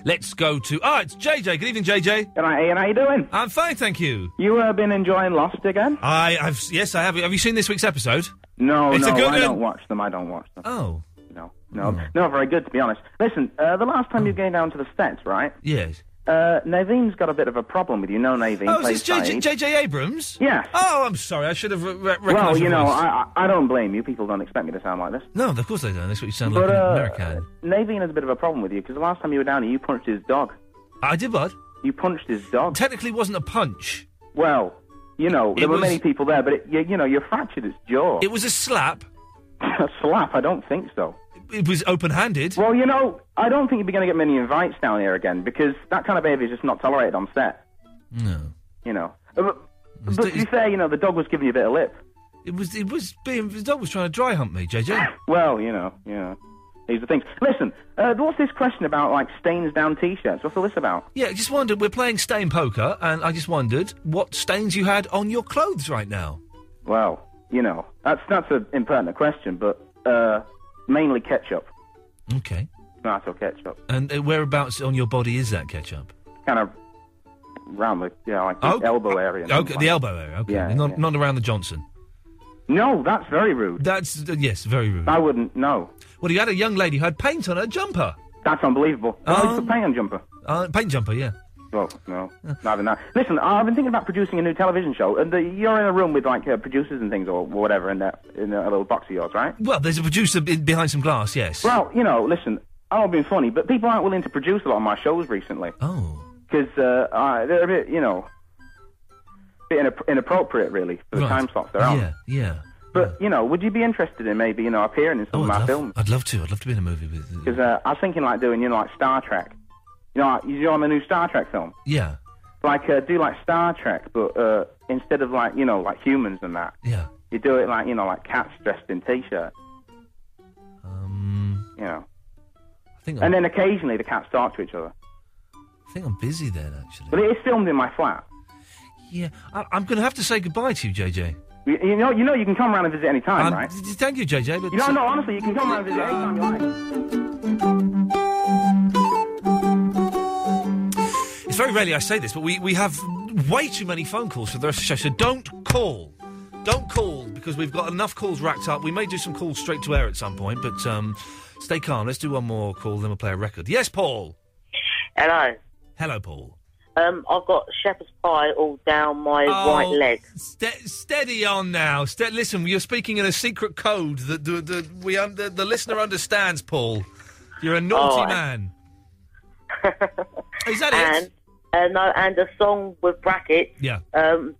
Speaker 6: let's go to. Ah, it's JJ. Good evening, JJ.
Speaker 17: Good night, Ian. How you doing?
Speaker 6: I'm fine, thank you.
Speaker 17: You have been enjoying Lost again?
Speaker 6: I, I've yes, I have. Have you seen this week's episode?
Speaker 17: No,
Speaker 6: It's
Speaker 17: no,
Speaker 6: a good
Speaker 17: I don't
Speaker 6: one.
Speaker 17: watch them. I don't watch them.
Speaker 6: Oh,
Speaker 17: No, no, no. Very good, to be honest. Listen, uh, the last time you
Speaker 6: Hmm.
Speaker 17: came down to the States, right?
Speaker 6: yes.
Speaker 17: Uh, Naveen's got a bit of a problem with you. No, Naveen.
Speaker 6: Oh,
Speaker 17: plays
Speaker 6: is this JJ,
Speaker 17: Saeed.
Speaker 6: JJ Abrams?
Speaker 17: Yeah.
Speaker 6: Oh, I'm sorry. I should have re- re- recognised
Speaker 17: Well, you
Speaker 6: your
Speaker 17: know,
Speaker 6: voice.
Speaker 17: I, I I don't blame you. People don't expect me to sound like this.
Speaker 6: No, of course they don't. That's what you sound
Speaker 17: But,
Speaker 6: like an
Speaker 17: uh,
Speaker 6: American.
Speaker 17: Naveen has a bit of a problem with you because the last time you were down here, you punched his dog.
Speaker 6: I did what?
Speaker 17: You punched his dog.
Speaker 6: Technically, wasn't a punch.
Speaker 17: Well, you know,
Speaker 6: It
Speaker 17: there were
Speaker 6: was-
Speaker 17: many people there, but it, you, you know, you fractured its jaw.
Speaker 6: It was a slap.
Speaker 17: a slap. I don't think so.
Speaker 6: It was open-handed.
Speaker 17: Well, you know, I don't think you'd be going to get many invites down here again because that kind of behaviour is just not tolerated on set.
Speaker 6: No.
Speaker 17: You know. Uh, But, but to be fair, you know, the dog was giving you a bit of lip.
Speaker 6: It was. It was being. The dog was trying to dry hump me, JJ.
Speaker 17: Well, you know, yeah. These are things. Listen, uh, what's this question about, like, stains down t shirts? What's all this about?
Speaker 6: yeah, I just wondered. We're playing stain poker, and I just wondered what stains you had on your clothes right now.
Speaker 17: Well, you know, that's that's an impertinent question, but uh, mainly ketchup.
Speaker 6: Okay.
Speaker 17: Tomato ketchup.
Speaker 6: And uh, whereabouts on your body is that ketchup?
Speaker 17: Kind of round the, yeah, like, the
Speaker 6: Oh,
Speaker 17: elbow area. and
Speaker 6: Okay,
Speaker 17: things
Speaker 6: the
Speaker 17: like-
Speaker 6: elbow area. Okay,
Speaker 17: Yeah,
Speaker 6: not
Speaker 17: yeah.
Speaker 6: not around the Johnson.
Speaker 17: No, that's very rude.
Speaker 6: That's uh, yes, very rude.
Speaker 17: I wouldn't know.
Speaker 6: Well, you had a young lady who had paint on her jumper.
Speaker 17: That's unbelievable. Why
Speaker 6: Um,
Speaker 17: is the paint on jumper?
Speaker 6: Uh, paint jumper, yeah.
Speaker 17: Well, no, not having that. Listen, I've been thinking about producing a new television show, and uh, you're in a room with like uh, producers and things or whatever in that in a little box of yours, right?
Speaker 6: Well, there's a producer be- behind some glass. Yes.
Speaker 17: Well, you know, listen, I'm not being funny, but people aren't willing to produce a lot of my shows recently.
Speaker 6: Oh.
Speaker 17: Because uh, I- they're a bit, you know, a bit inap- inappropriate, really, for the
Speaker 6: Right.
Speaker 17: time slots they're on.
Speaker 6: Yeah, yeah.
Speaker 17: But you know, would you be interested in maybe you know appearing in some of my films?
Speaker 6: Oh, I'd love to. I'd love to be in a movie with.
Speaker 17: Because uh, I was thinking like doing you know like Star Trek. You know, like, you know, I'm a new Star Trek film.
Speaker 6: Yeah.
Speaker 17: like uh, do like Star Trek, but uh, instead of like you know like humans and that,
Speaker 6: Yeah.
Speaker 17: you do it like you know like cats dressed in t-shirts,
Speaker 6: Um,
Speaker 17: you know.
Speaker 6: I think. I'm,
Speaker 17: And then occasionally the cats talk to each other.
Speaker 6: I think I'm busy then. Actually.
Speaker 17: But it is filmed in my flat.
Speaker 6: Yeah. I, I'm going to have to say goodbye to you, JJ.
Speaker 17: You, you know, you know, you can come round and visit any time,
Speaker 6: Um,
Speaker 17: right?
Speaker 6: th- th- Thank you, JJ. But
Speaker 17: You know, no, honestly, you can come round and visit any time you like.
Speaker 6: very rarely I say this, but we, we have way too many phone calls for the rest of the show, so don't call. Don't call because we've got enough calls racked up. We may do some calls straight to air at some point, but um, stay calm. Let's do one more call, then we'll play a record. Yes, Paul.
Speaker 14: Hello.
Speaker 6: Hello, Paul.
Speaker 14: Um, I've got shepherd's pie all down my
Speaker 6: Oh,
Speaker 14: right leg.
Speaker 6: Ste- steady on now. Ste- listen, you're speaking in a secret code that the, the, we un- the, the listener understands, Paul. You're a naughty
Speaker 14: Oh, I-
Speaker 6: man. Is that
Speaker 14: and,
Speaker 6: it?
Speaker 14: Uh, no, and a song with brackets.
Speaker 6: Yeah.
Speaker 14: Um,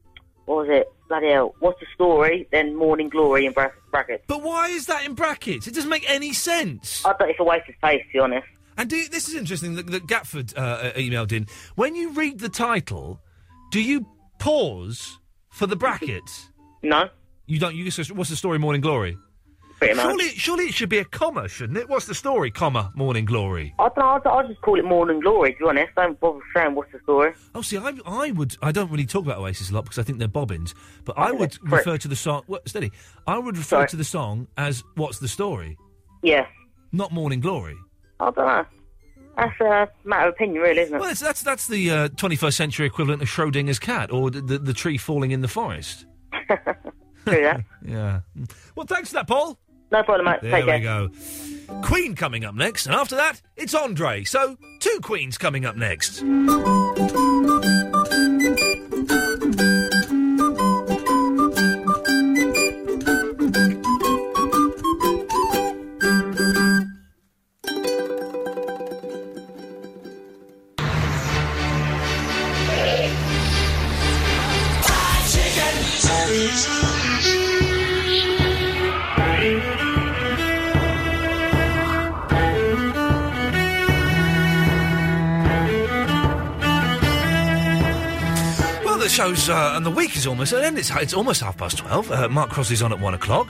Speaker 14: what was it? Bloody hell. What's the story? Then Morning Glory in bra- brackets.
Speaker 6: But why is that in brackets? It doesn't make any sense.
Speaker 14: I thought it's a waste of space, to be honest.
Speaker 6: And do, this is interesting that, that Gatford uh, uh, emailed in. When you read the title, do you pause for the brackets?
Speaker 14: No.
Speaker 6: You don't. You just what's the story? Morning glory.
Speaker 14: Pretty much.
Speaker 6: Surely, surely it should be a comma, shouldn't it? What's the story? Comma. Morning glory.
Speaker 14: I don't know. I, I just call it Morning Glory, to be honest. Don't bother saying what's the story.
Speaker 6: Oh, see, I, I would. I don't really talk about Oasis a lot because I think they're bobbins. But I would refer to the song. Well, steady. I would refer to the song as "What's the story,"
Speaker 14: Yeah.
Speaker 6: not "Morning Glory."
Speaker 14: I don't know. That's a matter of opinion, really, isn't it?
Speaker 6: Well, it's, that's that's the uh, 21st century equivalent of Schrodinger's cat or the, the, the tree falling in the forest. yeah. Well, thanks for that, Paul.
Speaker 14: No problem, mate.
Speaker 6: There
Speaker 14: Take
Speaker 6: we
Speaker 14: care.
Speaker 6: go. Queen coming up next, and after that, it's Andre. So, two queens coming up next. Well, the show's uh, and the week is almost at an end. It's, it's almost half past twelve. Uh, Mark Crosley's on at one o'clock.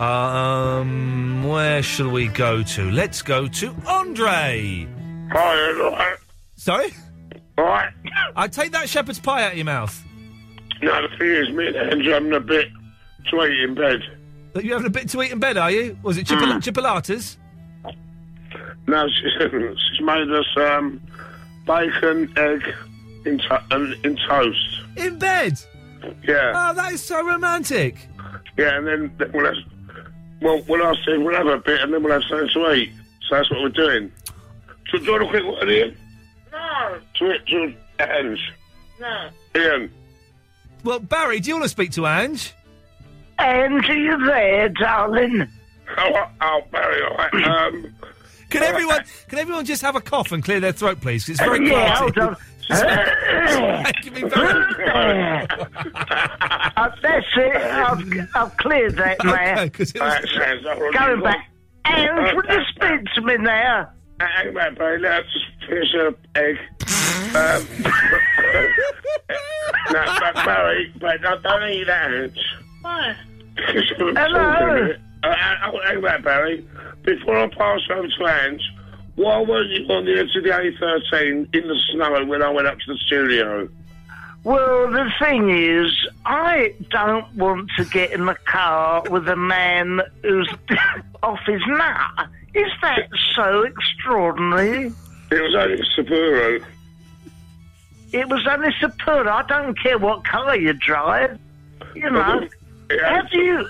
Speaker 6: Um, where shall we go to? Let's go to Andre. Sorry.
Speaker 18: Right.
Speaker 6: I take that shepherd's pie out of your mouth.
Speaker 18: Now, the thing is, me and Andrew having a bit to eat in bed. Hmm.
Speaker 6: That you're having a bit to eat in bed, are you? Was it chipol- chipolatas?
Speaker 18: Now, she's, she's made us um, bacon, egg, in, to- and in toast.
Speaker 6: In bed?
Speaker 18: Yeah.
Speaker 6: Oh, that is so romantic.
Speaker 18: Yeah, and then th- we'll have, well, when I say we'll have a bit and then we'll have something to eat. So that's what we're doing. So, do you want a quick word, Ian?
Speaker 19: No,
Speaker 18: To it, to Ange.
Speaker 19: no.
Speaker 18: Ian.
Speaker 6: Well, Barry, do you want to speak to Ange?
Speaker 19: And are you there, darling?
Speaker 18: Oh, oh Barry, all right. Um,
Speaker 6: Can everyone can everyone just have a cough and clear their throat, please? 'Cause It's very
Speaker 19: Yeah,
Speaker 6: quiet.
Speaker 19: hold on. Uh, that's it. I've, I've cleared that now. Going back. And would you speak to me now?
Speaker 18: Hang on, Barry, let's just finish up egg. um, no, but Barry, but no, don't eat that Ange.
Speaker 19: Hello.
Speaker 18: Uh, oh, hang on, Barry. Before I pass over to Ange, why was you on the edge of the A13 in the snow when I went up to the studio?
Speaker 19: Well, the thing is, I don't want to get in the car with a man who's off his nut. Is that so extraordinary?
Speaker 18: It was only Saburo.
Speaker 19: It was only Sapura. I don't care what car you drive. You know, how do you?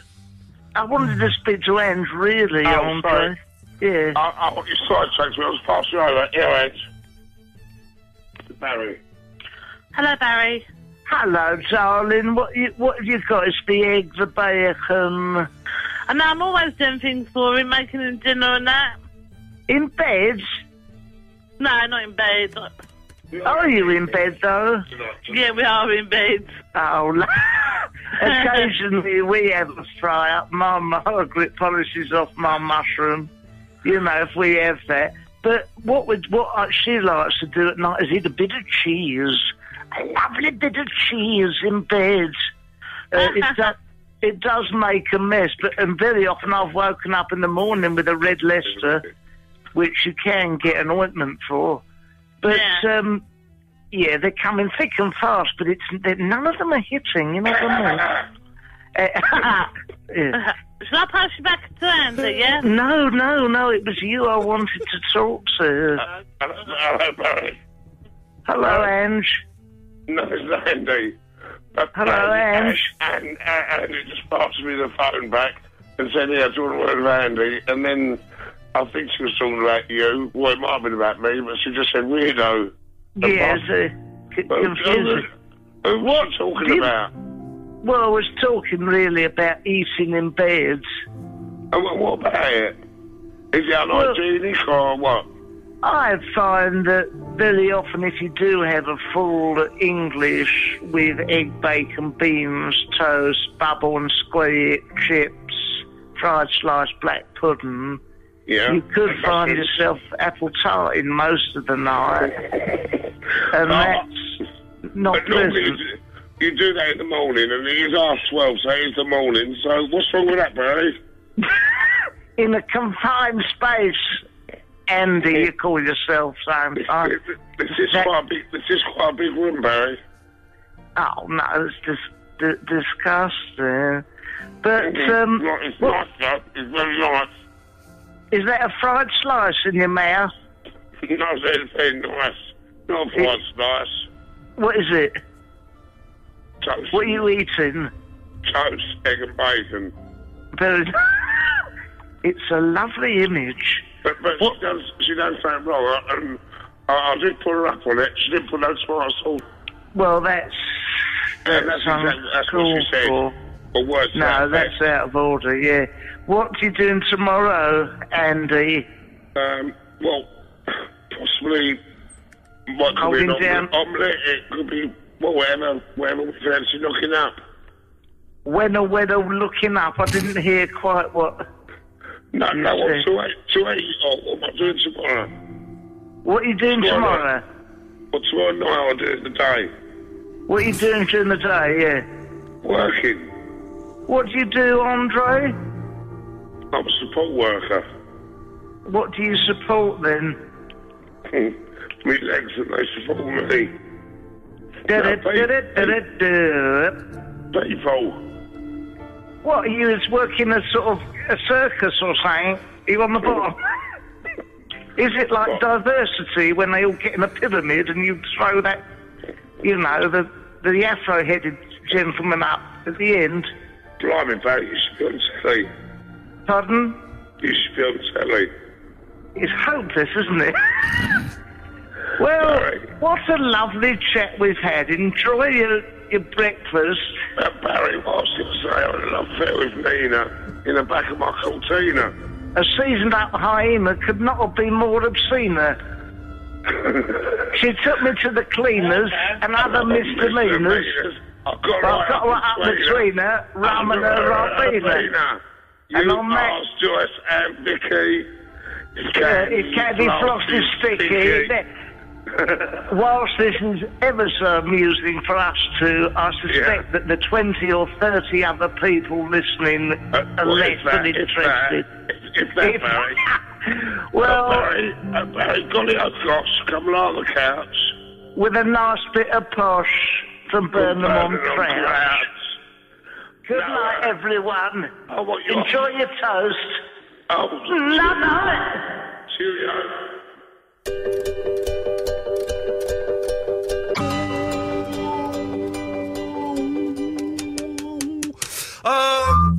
Speaker 19: I wanted to speak to Ange really,
Speaker 18: Oh,
Speaker 19: on
Speaker 18: sorry.
Speaker 19: Yeah.
Speaker 18: I, I, you sidetracked me. I was passing over. Yeah, Ange. Barry.
Speaker 19: Hello, Barry. Hello, darling. What you, what have you got? It's the egg, the bacon.
Speaker 20: And I'm always doing things for him, making him dinner and that.
Speaker 19: In bed?
Speaker 20: No, not in bed.
Speaker 19: Are you in bed though?
Speaker 20: Yeah, we are in bed.
Speaker 19: Oh. lo- Occasionally we have a fry up. My Margaret polishes off my mushroom. You know, if we have that. But what would what uh, she likes to do at night is eat a bit of cheese, a lovely bit of cheese in bed. Uh, it, do, it does make a mess, but and very often I've woken up in the morning with a red Leicester, which you can get an ointment for. But um, yeah, they're coming thick and fast, but it's they're- none of them are hitting. You know what I mean? Uh, yeah.
Speaker 20: Shall I pass you back to Andy, yeah?
Speaker 19: No, no, no. It was you I wanted to talk to.
Speaker 18: Hello, Uh, Barry. Hello,
Speaker 19: Ange.
Speaker 18: No, it's Andy. But
Speaker 19: Hello, Ange.
Speaker 18: And, and Andy just passed me the phone back and said, yeah, it's all about Andy. And then I think she was talking about you. Well, it might have been about me, but she just said weirdo.
Speaker 19: Yes, uh,
Speaker 18: Well,
Speaker 19: confusing.
Speaker 18: uh, What talking
Speaker 19: Did-
Speaker 18: about?
Speaker 19: Well, I was talking really about eating in beds.
Speaker 18: And what, what about it? Is it unhygienic or what?
Speaker 19: I find that very often, if you do have a full English with egg, bacon, beans, toast, bubble and square chips, fried sliced black pudding,
Speaker 18: Yeah.
Speaker 19: you could find yourself apple tart in most of the night. and that's not
Speaker 18: But normally you
Speaker 19: pleasant.
Speaker 18: do- you do that in the morning, and it is half twelve, so it is the morning. So what's wrong with that, Barry?
Speaker 19: In a confined space, Andy, you call yourself sometimes.
Speaker 18: This is quite a big. This is quite a big room, Barry.
Speaker 19: Oh no, it's just d- disgusting. But
Speaker 18: Mm-hmm. It's
Speaker 19: um,
Speaker 18: not- it's
Speaker 19: what-
Speaker 18: nice, though. It's very nice.
Speaker 19: is that a fried slice in your mouth?
Speaker 18: No, it's very nice. Not quite nice.
Speaker 19: What is it?
Speaker 18: Toast.
Speaker 19: What are you eating?
Speaker 18: Toast, egg and bacon.
Speaker 19: Very. it's a lovely image.
Speaker 18: But, but she does. She does something wrong, I- and I, I did put her up on it. She didn't put no spice on.
Speaker 19: Well, that's
Speaker 18: Yeah, that's exactly that's what she said.
Speaker 19: uncalled
Speaker 18: Or worse,
Speaker 19: no,
Speaker 18: that,
Speaker 19: that's out of order. Yeah. What are you doing tomorrow, Andy?
Speaker 18: Um, well, possibly what could
Speaker 19: Holding
Speaker 18: be an
Speaker 19: down-
Speaker 18: omelet, omelet. It could be well, whatever, whatever we fancy knocking up.
Speaker 19: When a weather looking up, I didn't hear quite what.
Speaker 18: No,
Speaker 19: you
Speaker 18: no,
Speaker 19: said.
Speaker 18: I'm too late. Too late. Oh, what am I doing tomorrow?
Speaker 19: What are you doing tomorrow?
Speaker 18: Well, tomorrow night I'll do it in the day.
Speaker 19: What are you doing during the day? Yeah.
Speaker 18: Working.
Speaker 19: What do you do, Andre?
Speaker 18: I'm a support worker.
Speaker 19: What do you support then?
Speaker 18: Me legs and they support me. People.
Speaker 19: What are you? Is working a sort of a circus or something? Are you on the bottom? is it like diversity when they all get in a pyramid and you throw that, you know, the the afro-headed gentleman up at the end?
Speaker 18: Blimey, Barry, you should be on telly.
Speaker 19: Pardon?
Speaker 18: You should be on telly.
Speaker 19: It's hopeless, isn't it? well, what a lovely chat we've had. Enjoy your, your breakfast.
Speaker 18: Uh, Barry, what I was going to say, I had a love affair with Nina in the back of my cortina.
Speaker 19: A seasoned up hyena could not have been more obscene. she took me to the cleaners and other misdemeanors.
Speaker 18: I've
Speaker 19: Well, I've got her up between her, rum and her
Speaker 18: Nina.
Speaker 19: robina.
Speaker 18: Uh, You
Speaker 19: And on that-
Speaker 18: asked Joyce and Vicky.
Speaker 19: Yeah, if Candy Floss is sticky. Whilst this is ever so amusing for us two, I suspect that the 20 or 30 other people listening are
Speaker 18: well,
Speaker 19: less
Speaker 18: if
Speaker 19: than
Speaker 18: Uh, that- if
Speaker 19: interested.
Speaker 18: If that, Barry.
Speaker 19: Well-
Speaker 18: Uh, Barry, uh, Barry, golly, oh gosh, come along the couch.
Speaker 19: With a nice bit of posh from Burnham on
Speaker 18: Burnham on
Speaker 19: Trout.
Speaker 18: Trout.
Speaker 19: Good night, everyone.
Speaker 18: you-
Speaker 19: Enjoy your toast.
Speaker 18: Oh,
Speaker 19: Love it.
Speaker 18: Cheerio.
Speaker 6: Um,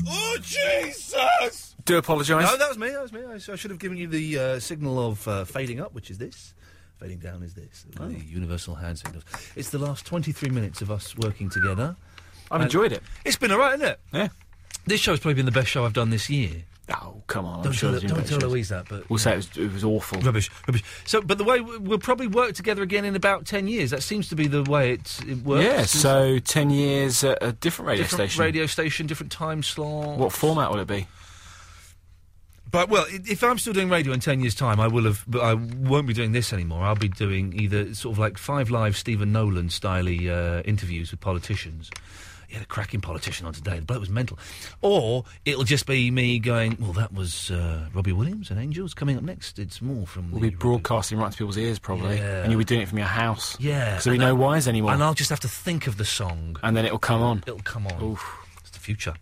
Speaker 6: oh, Jesus!
Speaker 7: Do apologise.
Speaker 6: No, that was me. That was me. I, I should have given you the uh, signal of uh, fading up, which is this. Fading down is this.
Speaker 7: Oh.
Speaker 6: The universal hand signals. It's the last 23 minutes of us working together.
Speaker 7: I've
Speaker 6: And
Speaker 7: enjoyed it.
Speaker 6: It's been all right, isn't it?
Speaker 7: Yeah.
Speaker 6: This show's probably been the best show I've done this year.
Speaker 7: Oh, come on. I'm
Speaker 6: Don't
Speaker 7: sure
Speaker 6: tell,
Speaker 7: there's
Speaker 6: don't
Speaker 7: been
Speaker 6: tell
Speaker 7: shows.
Speaker 6: Louise that, but...
Speaker 7: We'll say it was, it was awful.
Speaker 6: Rubbish, rubbish. So, but the way we- we'll probably work together again in about 10 years. That seems to be the way it, it works.
Speaker 7: Yeah,
Speaker 6: It's
Speaker 7: so 10 years at a different uh, radio
Speaker 6: different
Speaker 7: station.
Speaker 6: radio station, different time slot.
Speaker 7: What format will it be?
Speaker 6: But well, i- if I'm still doing radio in ten years' time, I will have. But I won't be doing this anymore. I'll be doing either sort of like five live Stephen Nolan style uh, interviews with politicians. He had a cracking politician on today. The bloke was mental. Or it'll just be me going. Well, that was uh, Robbie Williams and Angels. Coming up next, it's more from.
Speaker 7: We'll be broadcasting right to people's ears, probably.
Speaker 6: Yeah.
Speaker 7: And you'll be doing it from your house.
Speaker 6: Yeah,
Speaker 7: So we
Speaker 6: and
Speaker 7: know
Speaker 6: I-
Speaker 7: wise anymore.
Speaker 6: And I'll just have to think of the song.
Speaker 7: And then it'll come on.
Speaker 6: It'll come on. It's the future.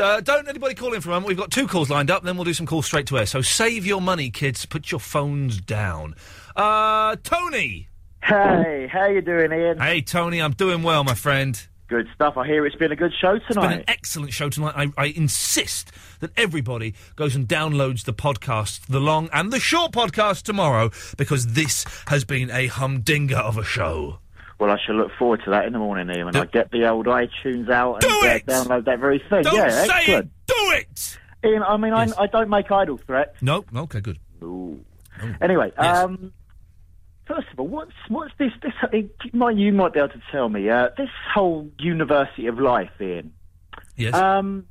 Speaker 6: Uh, don't anybody call in for a moment. We've got two calls lined up, then we'll do some calls straight to air. So save your money, kids. Put your phones down. Uh, Tony.
Speaker 1: Hey, how you doing, Ian?
Speaker 6: Hey, Tony, I'm doing well, my friend.
Speaker 1: Good stuff. I hear it's been a good show tonight.
Speaker 6: It's been an excellent show tonight. I, I insist that everybody goes and downloads the podcast, the long and the short podcast tomorrow, because this has been a humdinger of a show.
Speaker 1: Well, I shall look forward to that in the morning, Ian. When I get the old iTunes out and uh, download that very thing.
Speaker 6: Don't
Speaker 1: yeah,
Speaker 6: say
Speaker 1: excellent.
Speaker 6: Do it!
Speaker 1: Ian, I mean, I, I don't make idle threats.
Speaker 6: No, okay, good. Oh.
Speaker 1: Anyway, um, first of all, what's what's this? This it, might you might be able to tell me. Uh, this whole University of Life, Ian.
Speaker 6: Yes.
Speaker 1: Um,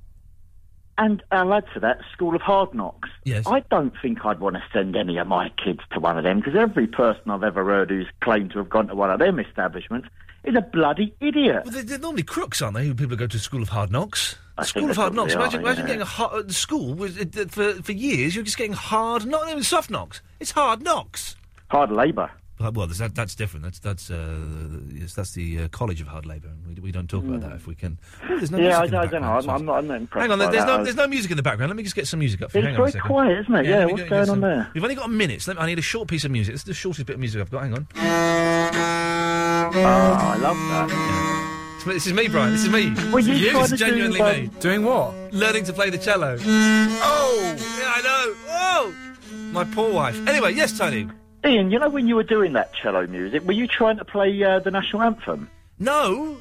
Speaker 1: and I'll add to that School of Hard Knocks.
Speaker 6: Yes.
Speaker 1: I don't think I'd want to send any of my kids to one of them because every person I've ever heard who's claimed to have gone to one of them establishments is a bloody idiot.
Speaker 6: Well, they, they're normally crooks, aren't they? Who people go to School of Hard Knocks.
Speaker 1: I
Speaker 6: school
Speaker 1: think
Speaker 6: of
Speaker 1: that's
Speaker 6: Hard
Speaker 1: what
Speaker 6: Knocks.
Speaker 1: they
Speaker 6: imagine
Speaker 1: are,
Speaker 6: imagine
Speaker 1: yeah.
Speaker 6: getting a hard, uh, school was, uh, uh, for for years. You're just getting hard, not even soft knocks. It's hard knocks.
Speaker 1: Hard labour.
Speaker 6: Uh, Well, there's that, that's different. That's that's uh, yes, that's the uh, College of Hard Labour. and We, we don't talk about that if we can. Oh, there's no
Speaker 1: Hmm. yeah,
Speaker 6: music
Speaker 1: I, I don't
Speaker 6: in the
Speaker 1: know.
Speaker 6: background,
Speaker 1: I'm,
Speaker 6: so-
Speaker 1: I'm not. I'm not impressed.
Speaker 6: Hang on,
Speaker 1: by
Speaker 6: there's
Speaker 1: that.
Speaker 6: no
Speaker 1: I-
Speaker 6: there's no music in the background. Let me just get some music up. For you.
Speaker 1: It's
Speaker 6: Hang on a
Speaker 1: very
Speaker 6: second.
Speaker 1: quiet, isn't it? Yeah,
Speaker 6: let me
Speaker 1: what's
Speaker 6: get-
Speaker 1: going
Speaker 6: get
Speaker 1: on
Speaker 6: some-
Speaker 1: there?
Speaker 6: We've only got a minute. So let me- I need a short piece of music. This is the shortest bit of music I've got. Hang on. Oh,
Speaker 1: Ah, I love that.
Speaker 6: This is me, Brian. This is me.
Speaker 1: Were you
Speaker 6: This
Speaker 1: trying
Speaker 6: is
Speaker 1: to do,
Speaker 6: genuinely me.
Speaker 1: um,
Speaker 6: Doing what? Learning to play the cello. Oh, yeah, I know. Oh, my poor wife. Anyway, yes, Tony.
Speaker 1: Ian, you know when you were doing that cello music, were you trying to play uh, the national anthem?
Speaker 6: No.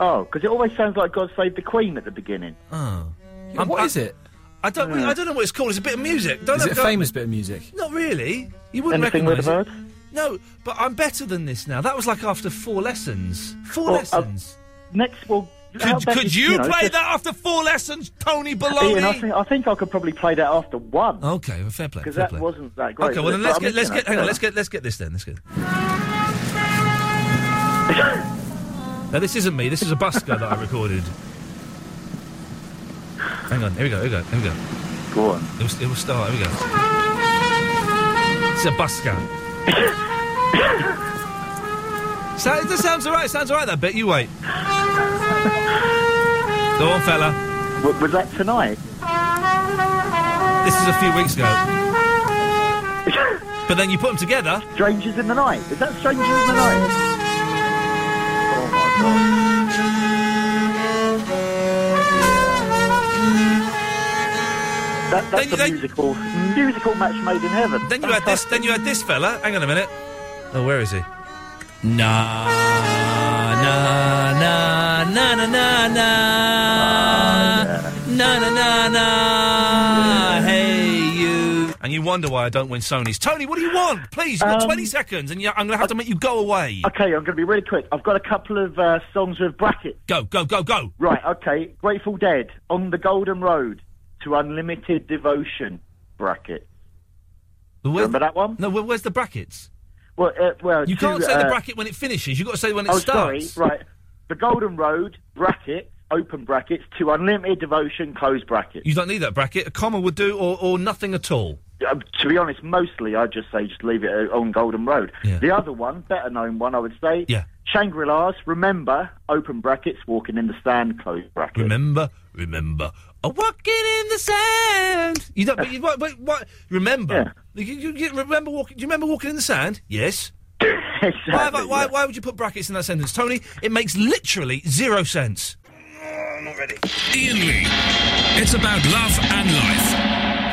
Speaker 1: Oh, because it always sounds like God Save the Queen at the beginning.
Speaker 6: Oh.
Speaker 1: What is
Speaker 6: What is it? I don't. really- I don't know what it's called. It's a bit of music. Don't
Speaker 7: Is
Speaker 6: know-
Speaker 7: it a
Speaker 6: don't-
Speaker 7: famous bit of music?
Speaker 6: Not really. You wouldn't
Speaker 7: Anything with
Speaker 6: recognise
Speaker 7: a
Speaker 6: it. No, but I'm better than this now. That was like after four lessons. Four
Speaker 1: Well, uh,
Speaker 6: lessons.
Speaker 1: next, well, how
Speaker 6: could,
Speaker 1: about
Speaker 6: could
Speaker 1: you-
Speaker 6: you,
Speaker 1: you know,
Speaker 6: play
Speaker 1: just-
Speaker 6: that after four lessons, Tony
Speaker 1: Ian, I
Speaker 6: Baloney?
Speaker 1: think, I think I could probably play that after one.
Speaker 6: Okay, well, fair play.
Speaker 1: Because
Speaker 6: fair
Speaker 1: that
Speaker 6: play.
Speaker 1: wasn't that great.
Speaker 6: Okay, well
Speaker 1: was
Speaker 6: then
Speaker 1: it?
Speaker 6: let's
Speaker 1: But I
Speaker 6: get
Speaker 1: mean,
Speaker 6: let's
Speaker 1: you
Speaker 6: get
Speaker 1: know,
Speaker 6: hang on
Speaker 1: yeah.
Speaker 6: let's get let's get this then let's get. now this isn't me. This is a busker that I recorded. Hang on. Here we go. Here we go. Here we go.
Speaker 1: Go on.
Speaker 6: It will, it will start. Here we go. It's a busker. so, that sounds alright. Sounds alright. That bit. You wait. Go on, fella.
Speaker 1: W- was that tonight?
Speaker 6: This is a few weeks ago. but then you put them together.
Speaker 1: Strangers in the Night. Is that Strangers in the Night? That, that's a musical musical match made in heaven.
Speaker 6: Then you had this. Then you had this fella. Hang on a minute. Oh, where is he? Nah. Na na na na na na na na na na. Hey you. And you wonder why I don't win Sony's. Tony, what do you want? Please, you've got
Speaker 1: Um,
Speaker 6: 20 seconds, and you I'm going to have to make you go away.
Speaker 1: Okay, I'm going to be really quick. I've got a couple of uh, songs with brackets.
Speaker 6: Go, go, go, go.
Speaker 1: Right, okay. Grateful Dead, On the Golden Road to Unlimited Devotion, bracket.
Speaker 6: Remember
Speaker 1: that one?
Speaker 6: No, where, where's the brackets?
Speaker 1: Well, uh, well
Speaker 6: You
Speaker 1: to,
Speaker 6: can't say the
Speaker 1: uh,
Speaker 6: bracket when it finishes. You've got to say when it
Speaker 1: oh,
Speaker 6: starts.
Speaker 1: sorry. Right. The Golden Road, bracket, open brackets, to Unlimited Devotion, close bracket.
Speaker 6: You don't need that bracket. A comma would do, or, or nothing at all.
Speaker 1: Uh, to be honest, mostly I just say just leave it uh, on Golden Road. The other one, better known one, I would say.
Speaker 6: Yeah.
Speaker 1: Shangri La's, remember, open brackets, walking in the sand, close bracket.
Speaker 6: Remember, remember. A walking in the sand. You don't. But, you, but, but what? Remember. You, you, you remember walking? Do you remember walking in the sand? Yes. why, have I- why, why would you put brackets in that sentence, Tony? It makes literally zero sense.
Speaker 3: Ian Lee. It's about love and life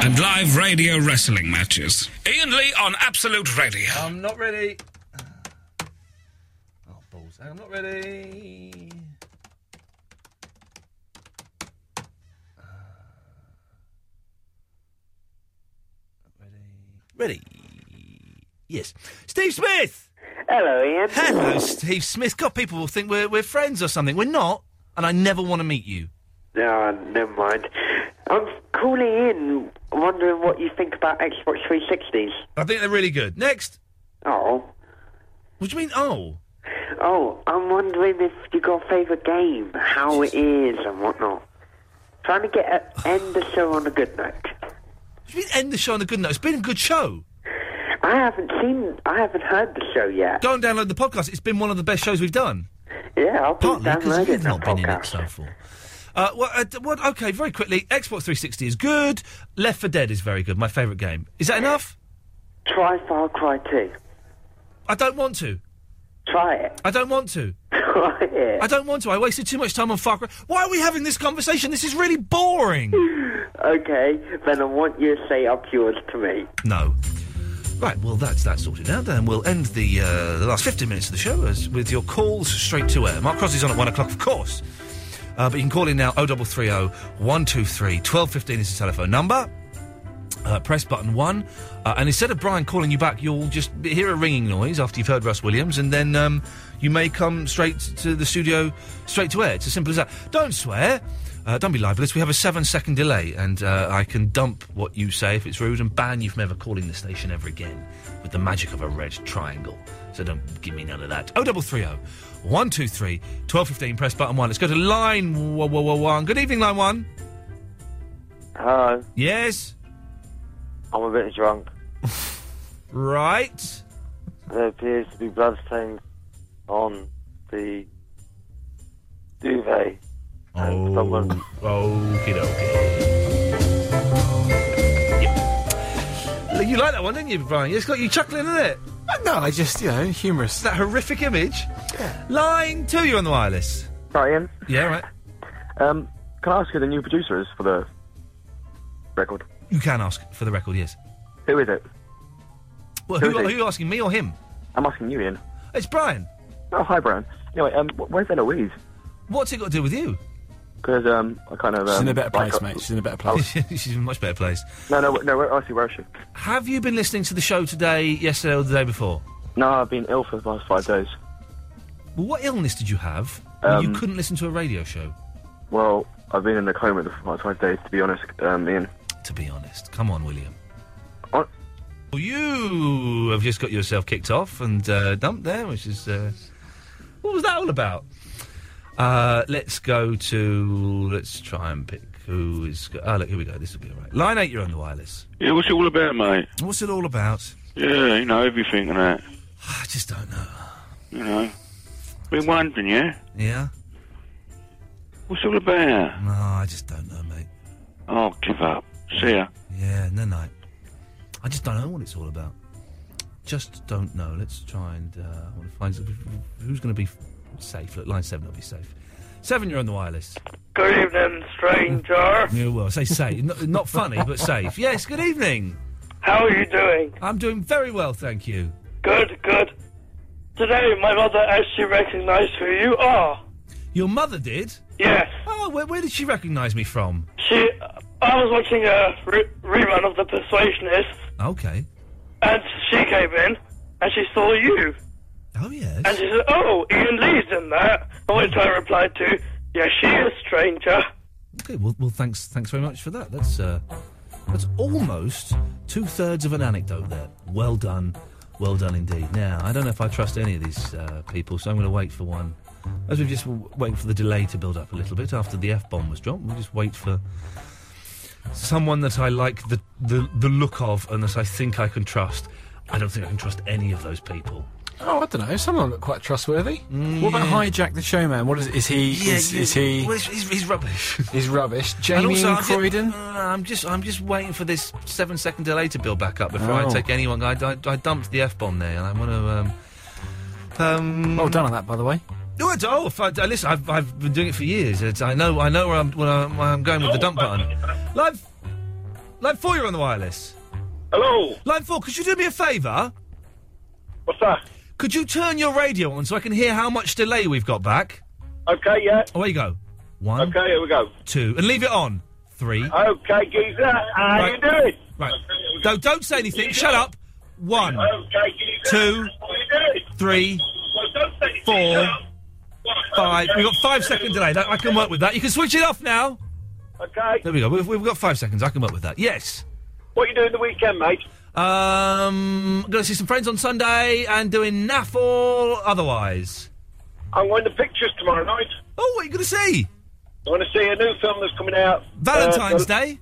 Speaker 3: and live radio wrestling matches. Ian Lee on Absolute Radio.
Speaker 6: I'm not ready. Uh, Oh balls! I'm not ready. Uh, Ready? Yes. Steve Smith!
Speaker 21: Hello, Ian.
Speaker 6: Hello, Steve Smith. God, people will think we're, we're friends or something. We're not, and I never want to meet you.
Speaker 21: No, never mind. I'm calling in, wondering what you think about Xbox 360s.
Speaker 6: I think they're really good. Next.
Speaker 21: Oh.
Speaker 6: What do you mean, oh?
Speaker 21: Oh, I'm wondering if you got a favourite game, how it is, and whatnot. Trying to get a, end the show on a good note.
Speaker 6: What do you mean, end the show on a good note? It's been a good show.
Speaker 21: I haven't seen, I haven't heard the show yet.
Speaker 6: Go and download the podcast. It's been one of the best shows we've done.
Speaker 21: Yeah, I'll be
Speaker 6: Partly 'cause
Speaker 21: downloading
Speaker 6: you've
Speaker 21: that
Speaker 6: not been in it
Speaker 21: podcast.
Speaker 6: so far. Uh, well, uh, d- what, okay, very quickly. Xbox 360 is good. Left for Dead is very good. My favourite game. Is that enough?
Speaker 21: Try Far Cry 2.
Speaker 6: I don't want to.
Speaker 21: Try it.
Speaker 6: I don't want to.
Speaker 21: Try it.
Speaker 6: I don't want to. I wasted too much time on Far Cry. Why are we having this conversation? This is really boring.
Speaker 21: Okay, then I want you to say up yours to me.
Speaker 6: No. Right, well, that's that sorted out. Then we'll end the uh, the last 15 minutes of the show as, with your calls straight to air. Mark Crosby's on at 1 o'clock, of course. Uh, but you can call in now 0330 123 1215 is the telephone number. Uh, press button 1. Uh, and instead of Brian calling you back, you'll just hear a ringing noise after you've heard Russ Williams, and then um, you may come straight to the studio, straight to air. It's as simple as that. Don't swear. Uh, don't be libelous. We have a seven second delay, and uh, I can dump what you say if it's rude and ban you from ever calling the station ever again with the magic of a red triangle. So don't give me none of that. Oh, 0330 123 1215. Press button 1. Let's go to line wo- wo- wo- 1. Good evening, line 1.
Speaker 9: Hello.
Speaker 6: Yes.
Speaker 9: I'm a bit drunk.
Speaker 6: Right.
Speaker 9: There appears to be bloodstains on the duvet.
Speaker 6: Oh, okie dokie. You like that one, didn't you, Brian? It's got you chuckling, isn't it?
Speaker 7: Uh, No, I just, you know, humorous.
Speaker 6: That horrific image. Lying to you on the wireless.
Speaker 9: Right, Ian?
Speaker 6: Yeah, right.
Speaker 9: Um, can I ask who the new producer is for the record?
Speaker 6: You can ask for the record, yes.
Speaker 9: Who is it?
Speaker 6: Well,
Speaker 9: Who
Speaker 6: who,
Speaker 9: is
Speaker 6: are
Speaker 9: it?
Speaker 6: you asking, me or him?
Speaker 9: I'm asking you, Ian.
Speaker 6: It's Brian.
Speaker 9: Oh, hi, Brian. Anyway, um, wh- where's Eloise?
Speaker 6: What's it got to do with you?
Speaker 9: Because um, I kind of. Um,
Speaker 6: She's in a better
Speaker 9: like
Speaker 6: place,
Speaker 9: her-
Speaker 6: mate. She's in a better place. She's in a much better place.
Speaker 9: No, no, no. Where, I see. Where is she?
Speaker 6: Have you been listening to the show today, yesterday, or the day before?
Speaker 9: No, I've been ill for the last five days.
Speaker 6: Well, what illness did you have? where you
Speaker 9: Um,
Speaker 6: couldn't listen to a radio show.
Speaker 9: Well, I've been in a coma for the last five days, to be honest, um, Ian.
Speaker 6: To be honest, come on, William. Well, you have just got yourself kicked off and uh, dumped there, which is uh, what was that all about? Uh, let's go to let's try and pick who is. Go- oh, look, here we go. This will be all right. Line eight, you're on the wireless.
Speaker 10: Yeah, what's it all about, mate?
Speaker 6: What's it all about?
Speaker 10: Yeah, you know everything and that.
Speaker 6: I just don't know.
Speaker 10: You know, been wondering, yeah.
Speaker 6: Yeah.
Speaker 10: What's it all about?
Speaker 6: No, I just don't know, mate.
Speaker 10: Oh, give up. See ya.
Speaker 6: Yeah, no, no. I just don't know what it's all about. Just don't know. Let's try and uh, I want to find who's going to be safe. Look, line seven will be safe. Seven, you're on the wireless.
Speaker 14: Good evening, stranger.
Speaker 6: Yeah, well, say safe. not, not funny, but safe. Yes, good evening.
Speaker 14: How are you doing?
Speaker 6: I'm doing very well, thank you.
Speaker 14: Good, good. Today, my mother actually recognised who you are.
Speaker 6: Your mother did?
Speaker 14: Yes.
Speaker 6: Oh, where, where did she recognise me from?
Speaker 14: She, I was watching a re- rerun of The Persuasionist,
Speaker 6: Okay.
Speaker 14: and she came in, and she saw you.
Speaker 6: Oh, yes.
Speaker 14: And she said, oh, Ian Lee's in that. I which I replied to, yeah, she is, stranger.
Speaker 6: Okay, well, well thanks thanks very much for that. That's, uh, that's almost two thirds of an anecdote there. Well done. Well done indeed. Now, I don't know if I trust any of these uh, people, so I'm going to wait for one. As we've just w- waiting for the delay to build up a little bit after the F bomb was dropped, we'll just wait for someone that I like the, the, the look of and that I think I can trust. I don't think I can trust any of those people.
Speaker 7: Oh, I don't know. Some of them look quite trustworthy. What about
Speaker 6: yeah.
Speaker 7: hijack the showman? What is is he?
Speaker 6: Mm. Yeah,
Speaker 7: is,
Speaker 6: you-
Speaker 7: is he?
Speaker 6: well, he's- he's- he's rubbish.
Speaker 7: He's rubbish.
Speaker 6: And
Speaker 7: Jamie
Speaker 6: also,
Speaker 7: and
Speaker 6: I'm just-
Speaker 7: Croydon.
Speaker 6: uh, I'm just, I'm just waiting for this seven second delay to build back up before I
Speaker 7: Oh.
Speaker 6: take anyone. I, I, I dumped the f bomb there, and I want to. Um, um,
Speaker 7: well done on that, by the way.
Speaker 6: No, I don't. If I, I- listen, I've, I've been doing it for years. It's, I know, I know where I'm, where I'm, where I'm going with the dump button. Live, live four, you're on the wireless.
Speaker 10: Hello.
Speaker 6: Line four, could you do me a favour?
Speaker 10: What's that?
Speaker 6: Could you turn your radio on so I can hear how much delay we've got back?
Speaker 10: Okay, yeah.
Speaker 6: Away you go. One,
Speaker 10: Okay, here we go.
Speaker 6: two, and leave it on. Three.
Speaker 10: Okay, geezer, how
Speaker 6: Right.
Speaker 10: you doing?
Speaker 6: Right. Don't, don't say anything. Shut up. One,
Speaker 10: Okay, geezer.
Speaker 6: two, three, four, five. We've got five second delay. That- I can work with that. You can switch it off now.
Speaker 10: Okay.
Speaker 6: There we go. We've, we've got five seconds. I can work with that. Yes.
Speaker 10: What you doing the weekend, mate?
Speaker 6: Um, going to see some friends on Sunday and doing naff all otherwise.
Speaker 10: I'm going to pictures tomorrow night.
Speaker 6: Oh, what are you going to see?
Speaker 10: I want to see a new film that's coming out.
Speaker 6: Valentine's
Speaker 10: uh, the-
Speaker 6: Day.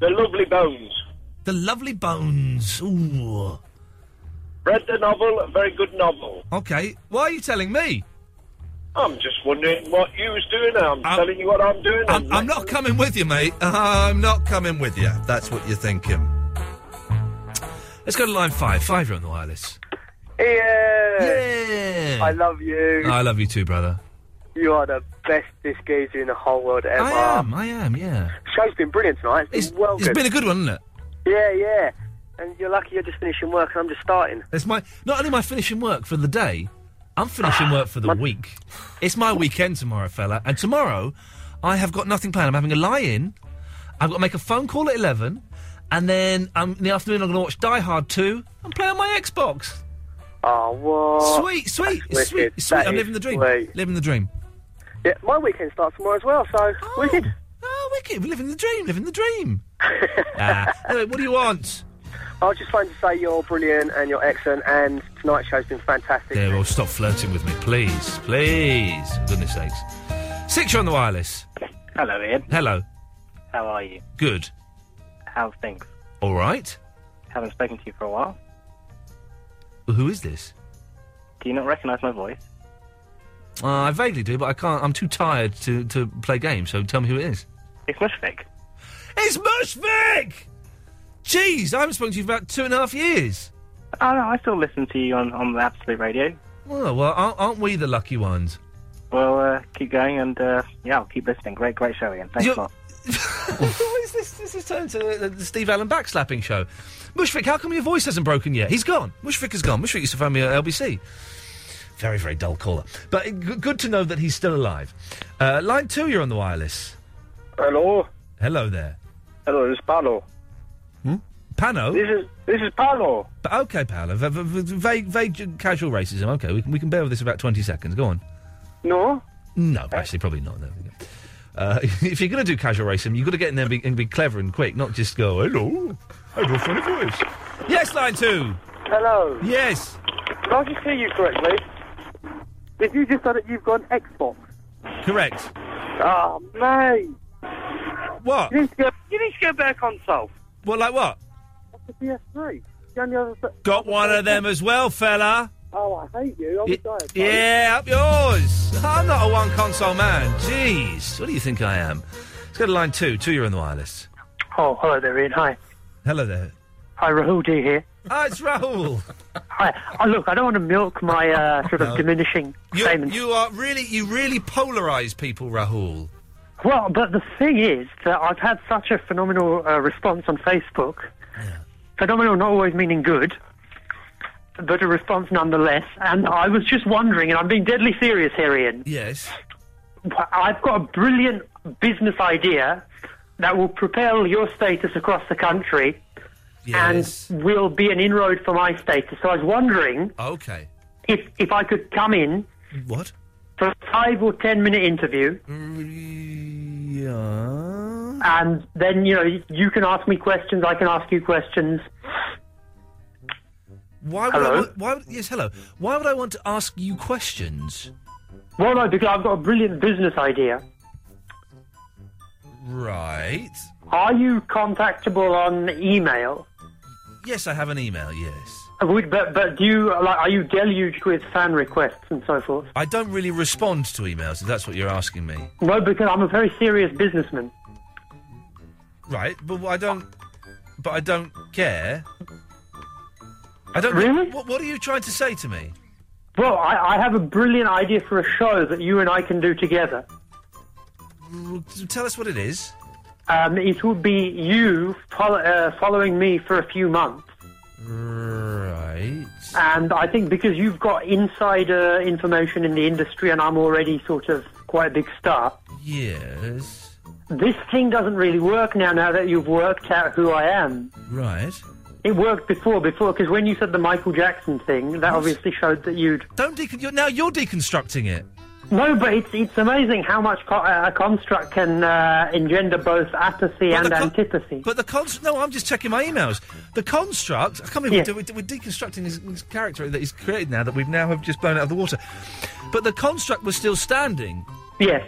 Speaker 10: The Lovely Bones.
Speaker 6: The Lovely Bones. Ooh.
Speaker 10: Read the novel, a very good novel.
Speaker 6: Okay. Why are you telling me?
Speaker 10: I'm just wondering what you was doing. I'm telling you what I'm doing.
Speaker 6: Uh, I'm, I'm not coming with you, mate. I'm not coming with you. That's what you're thinking. Let's go to line five. Five, you're on the wireless.
Speaker 10: Yeah.
Speaker 6: Yeah.
Speaker 5: I love you.
Speaker 6: I love you too, brother.
Speaker 5: You are the best disc geezer in the whole world ever.
Speaker 6: I am. I am. Yeah.
Speaker 5: Show's been brilliant tonight. It's been well
Speaker 6: It's
Speaker 5: good.
Speaker 6: been a good one, hasn't it?
Speaker 5: Yeah, yeah. And you're lucky you're just finishing work and I'm just starting.
Speaker 6: It's my not only my finishing work for the day, I'm finishing work for the week. It's my weekend tomorrow, fella. And tomorrow, I have got nothing planned. I'm having a lie-in. I've got to make a phone call at eleven, and then um, in the afternoon I'm going to watch Die Hard two and play on my Xbox.
Speaker 5: Oh, what?
Speaker 6: Sweet, sweet,
Speaker 5: That's
Speaker 6: it's sweet,
Speaker 5: wicked.
Speaker 6: it's sweet.
Speaker 5: That
Speaker 6: I'm
Speaker 5: is
Speaker 6: living the dream.
Speaker 5: sweet.
Speaker 6: Living the dream.
Speaker 5: Yeah, my weekend starts tomorrow as well, so wicked.
Speaker 6: Oh, wicked. We're living the dream, living the dream. Ah. anyway, what do you want?
Speaker 5: I was just trying to say you're brilliant and you're excellent, and tonight's show's been fantastic.
Speaker 6: There, well, oh, stop flirting with me, please, please. For goodness sakes. Six, you're on the wireless.
Speaker 11: Hello, Ian.
Speaker 6: Hello.
Speaker 11: How are you?
Speaker 6: Good.
Speaker 11: How's things?
Speaker 6: All right.
Speaker 11: Haven't spoken to you for a while.
Speaker 6: Who is this?
Speaker 11: Do you not recognise my voice?
Speaker 6: Uh, I vaguely do, but I can't. I'm too tired to, to play games. So tell me who it is.
Speaker 11: It's Mushvik.
Speaker 6: It's Mushvik. Jeez, I haven't spoken to you for about two and a half years.
Speaker 11: Oh, no, I still listen to you on, on the Absolute Radio.
Speaker 6: Well, well, aren't, aren't we the lucky ones?
Speaker 11: Well, uh, keep going and, uh, yeah, I'll keep listening. Great, great show, Ian. Thanks a lot.
Speaker 6: what is this? This has turned to the, the Steve Allen backslapping show. Mushvik, how come your voice hasn't broken yet? He's gone. Mushvik is gone. Mushvik used to phone me at LBC. Very, very dull caller. But it, g- good to know that he's still alive. Uh, line two, you're on the wireless.
Speaker 22: Hello,
Speaker 6: Hello there. Hmm?
Speaker 22: hello. This is Paolo.
Speaker 6: Pano?
Speaker 22: This is this is Paolo.
Speaker 6: But okay, Paolo. V- v- v- vague, vague, casual racism. Okay, we can, we can bear with this about 20 seconds. Go on.
Speaker 22: No,
Speaker 6: No, actually, probably not. No. Uh, if you're going to do casual racism, you've got to get in there and be, and be clever and quick, not just go, hello, I do a funny voice. Yes, line two.
Speaker 22: Hello.
Speaker 6: Yes.
Speaker 22: Did I just hear you correctly? Did you just say that you've got an Xbox?
Speaker 6: Correct. Ah,
Speaker 22: Oh, mate.
Speaker 6: What?
Speaker 22: You need to go, you need to go back on self.
Speaker 6: What, like what?
Speaker 22: The PS3. The only other th-
Speaker 6: Got one of them as well, fella.
Speaker 22: Oh, I hate you. I'm
Speaker 6: Y-
Speaker 22: dying.
Speaker 6: Yeah, up yours. I'm not a one console man. Jeez, what do you think I am? Let's go to line two. Two, you're on the wireless.
Speaker 22: Oh, hello there, Ian. Hi.
Speaker 6: Hello there.
Speaker 22: Hi, Rahul D here.
Speaker 6: Ah, it's Rahul.
Speaker 22: Hi. Oh, look, I don't want to milk my uh, sort of
Speaker 6: No.
Speaker 22: diminishing
Speaker 6: You,
Speaker 22: statements.
Speaker 6: you are really, you really polarise people, Rahul.
Speaker 22: Well, but the thing is that I've had such a phenomenal uh, response on Facebook. Phenomenal not always meaning good, but a response nonetheless. And I was just wondering, and I'm being deadly serious here, Ian.
Speaker 6: Yes.
Speaker 22: I've got a brilliant business idea that will propel your status across the country and will be an inroad for my status. So I was wondering
Speaker 6: Okay.
Speaker 22: if, if I could come in
Speaker 6: What?
Speaker 22: for a five or ten minute interview. And then, you know, you can ask me questions, I can ask you questions.
Speaker 6: Why would I
Speaker 22: Hello?
Speaker 6: want, why would, yes, hello. Why would I want to ask you questions?
Speaker 22: Well, no, because I've got a brilliant business idea.
Speaker 6: Right.
Speaker 22: Are you contactable on email?
Speaker 6: Yes, I have an email, yes.
Speaker 22: Would, but, but do you, like, are you deluged with fan requests and so forth?
Speaker 6: I don't really respond to emails, if that's what you're asking me.
Speaker 22: No, because I'm a very serious businessman.
Speaker 6: Right, but I don't but I don't care. I don't
Speaker 22: Really?
Speaker 6: What, what are you trying to say to me?
Speaker 22: Well, I, I have a brilliant idea for a show that you and I can do together.
Speaker 6: R- Tell us what it is.
Speaker 22: Um, it would be you fol- uh, following me for a few months.
Speaker 6: Right.
Speaker 22: And I think because you've got insider information in the industry and I'm already sort of quite a big star,
Speaker 6: Yes.
Speaker 22: this thing doesn't really work now, now that you've worked out who I am.
Speaker 6: Right.
Speaker 22: It worked before, before, because when you said the Michael Jackson thing, that obviously showed that you'd.
Speaker 6: Don't decon- you're, now you're deconstructing it.
Speaker 22: No, but it's, it's amazing how much co- uh, a construct can uh, engender both apathy and antipathy.
Speaker 6: But the construct. No, I'm just checking my emails. The construct. I can't believe we're, do- we're deconstructing his, his character that he's created now that we've now have just blown out of the water. But the construct was still standing.
Speaker 22: Yes.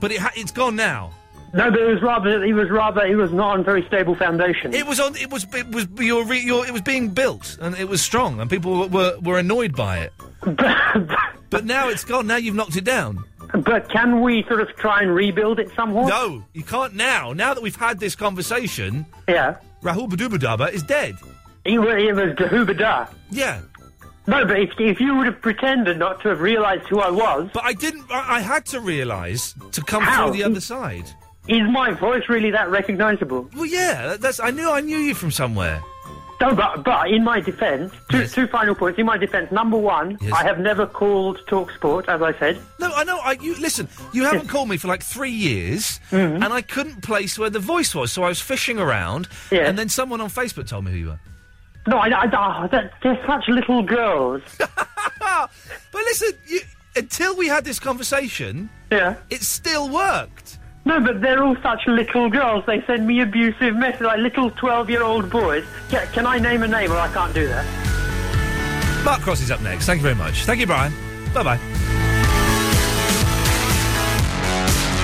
Speaker 6: But it ha- it's gone now.
Speaker 22: No, but it was rather, it was rather, it was not on very stable foundation.
Speaker 6: It was on. It was. It was. Your, re, your, it was being built, and it was strong, and people were were, were annoyed by it. but now it's gone. Now you've knocked it down.
Speaker 22: But can we sort of try and rebuild it somehow?
Speaker 6: No, you can't now. Now that we've had this conversation,
Speaker 22: yeah,
Speaker 6: Rahul Badubadaba is dead.
Speaker 22: He was, he was Dahubada.
Speaker 6: Yeah.
Speaker 22: No, but if, if you would have pretended not to have realised who I was.
Speaker 6: But I didn't. I, I had to realise to come
Speaker 22: How?
Speaker 6: through the other side.
Speaker 22: Is my voice really that recognisable?
Speaker 6: Well, yeah. that- That's. I knew. I knew you from somewhere.
Speaker 22: No, but, but in my defence, two, two final points. In my defence, number one, I have never called Talksport, as I said.
Speaker 6: No, I know. I you listen. You haven't called me for like three years,
Speaker 22: Mm-hmm.
Speaker 6: and I couldn't place where the voice was, so I was fishing around.
Speaker 22: Yeah.
Speaker 6: And then someone on Facebook told me who you were.
Speaker 22: No, I, I, ah, that, they're such little girls.
Speaker 6: but listen, you, until we had this conversation,
Speaker 22: yeah,
Speaker 6: it still worked.
Speaker 22: No, but they're all such little girls. They send me abusive messages, like little 12 year old boys. Ca can I name a name? Well, I can't do that.
Speaker 6: Mark Cross is up next. Thank you very much. Thank you, Brian. Bye bye.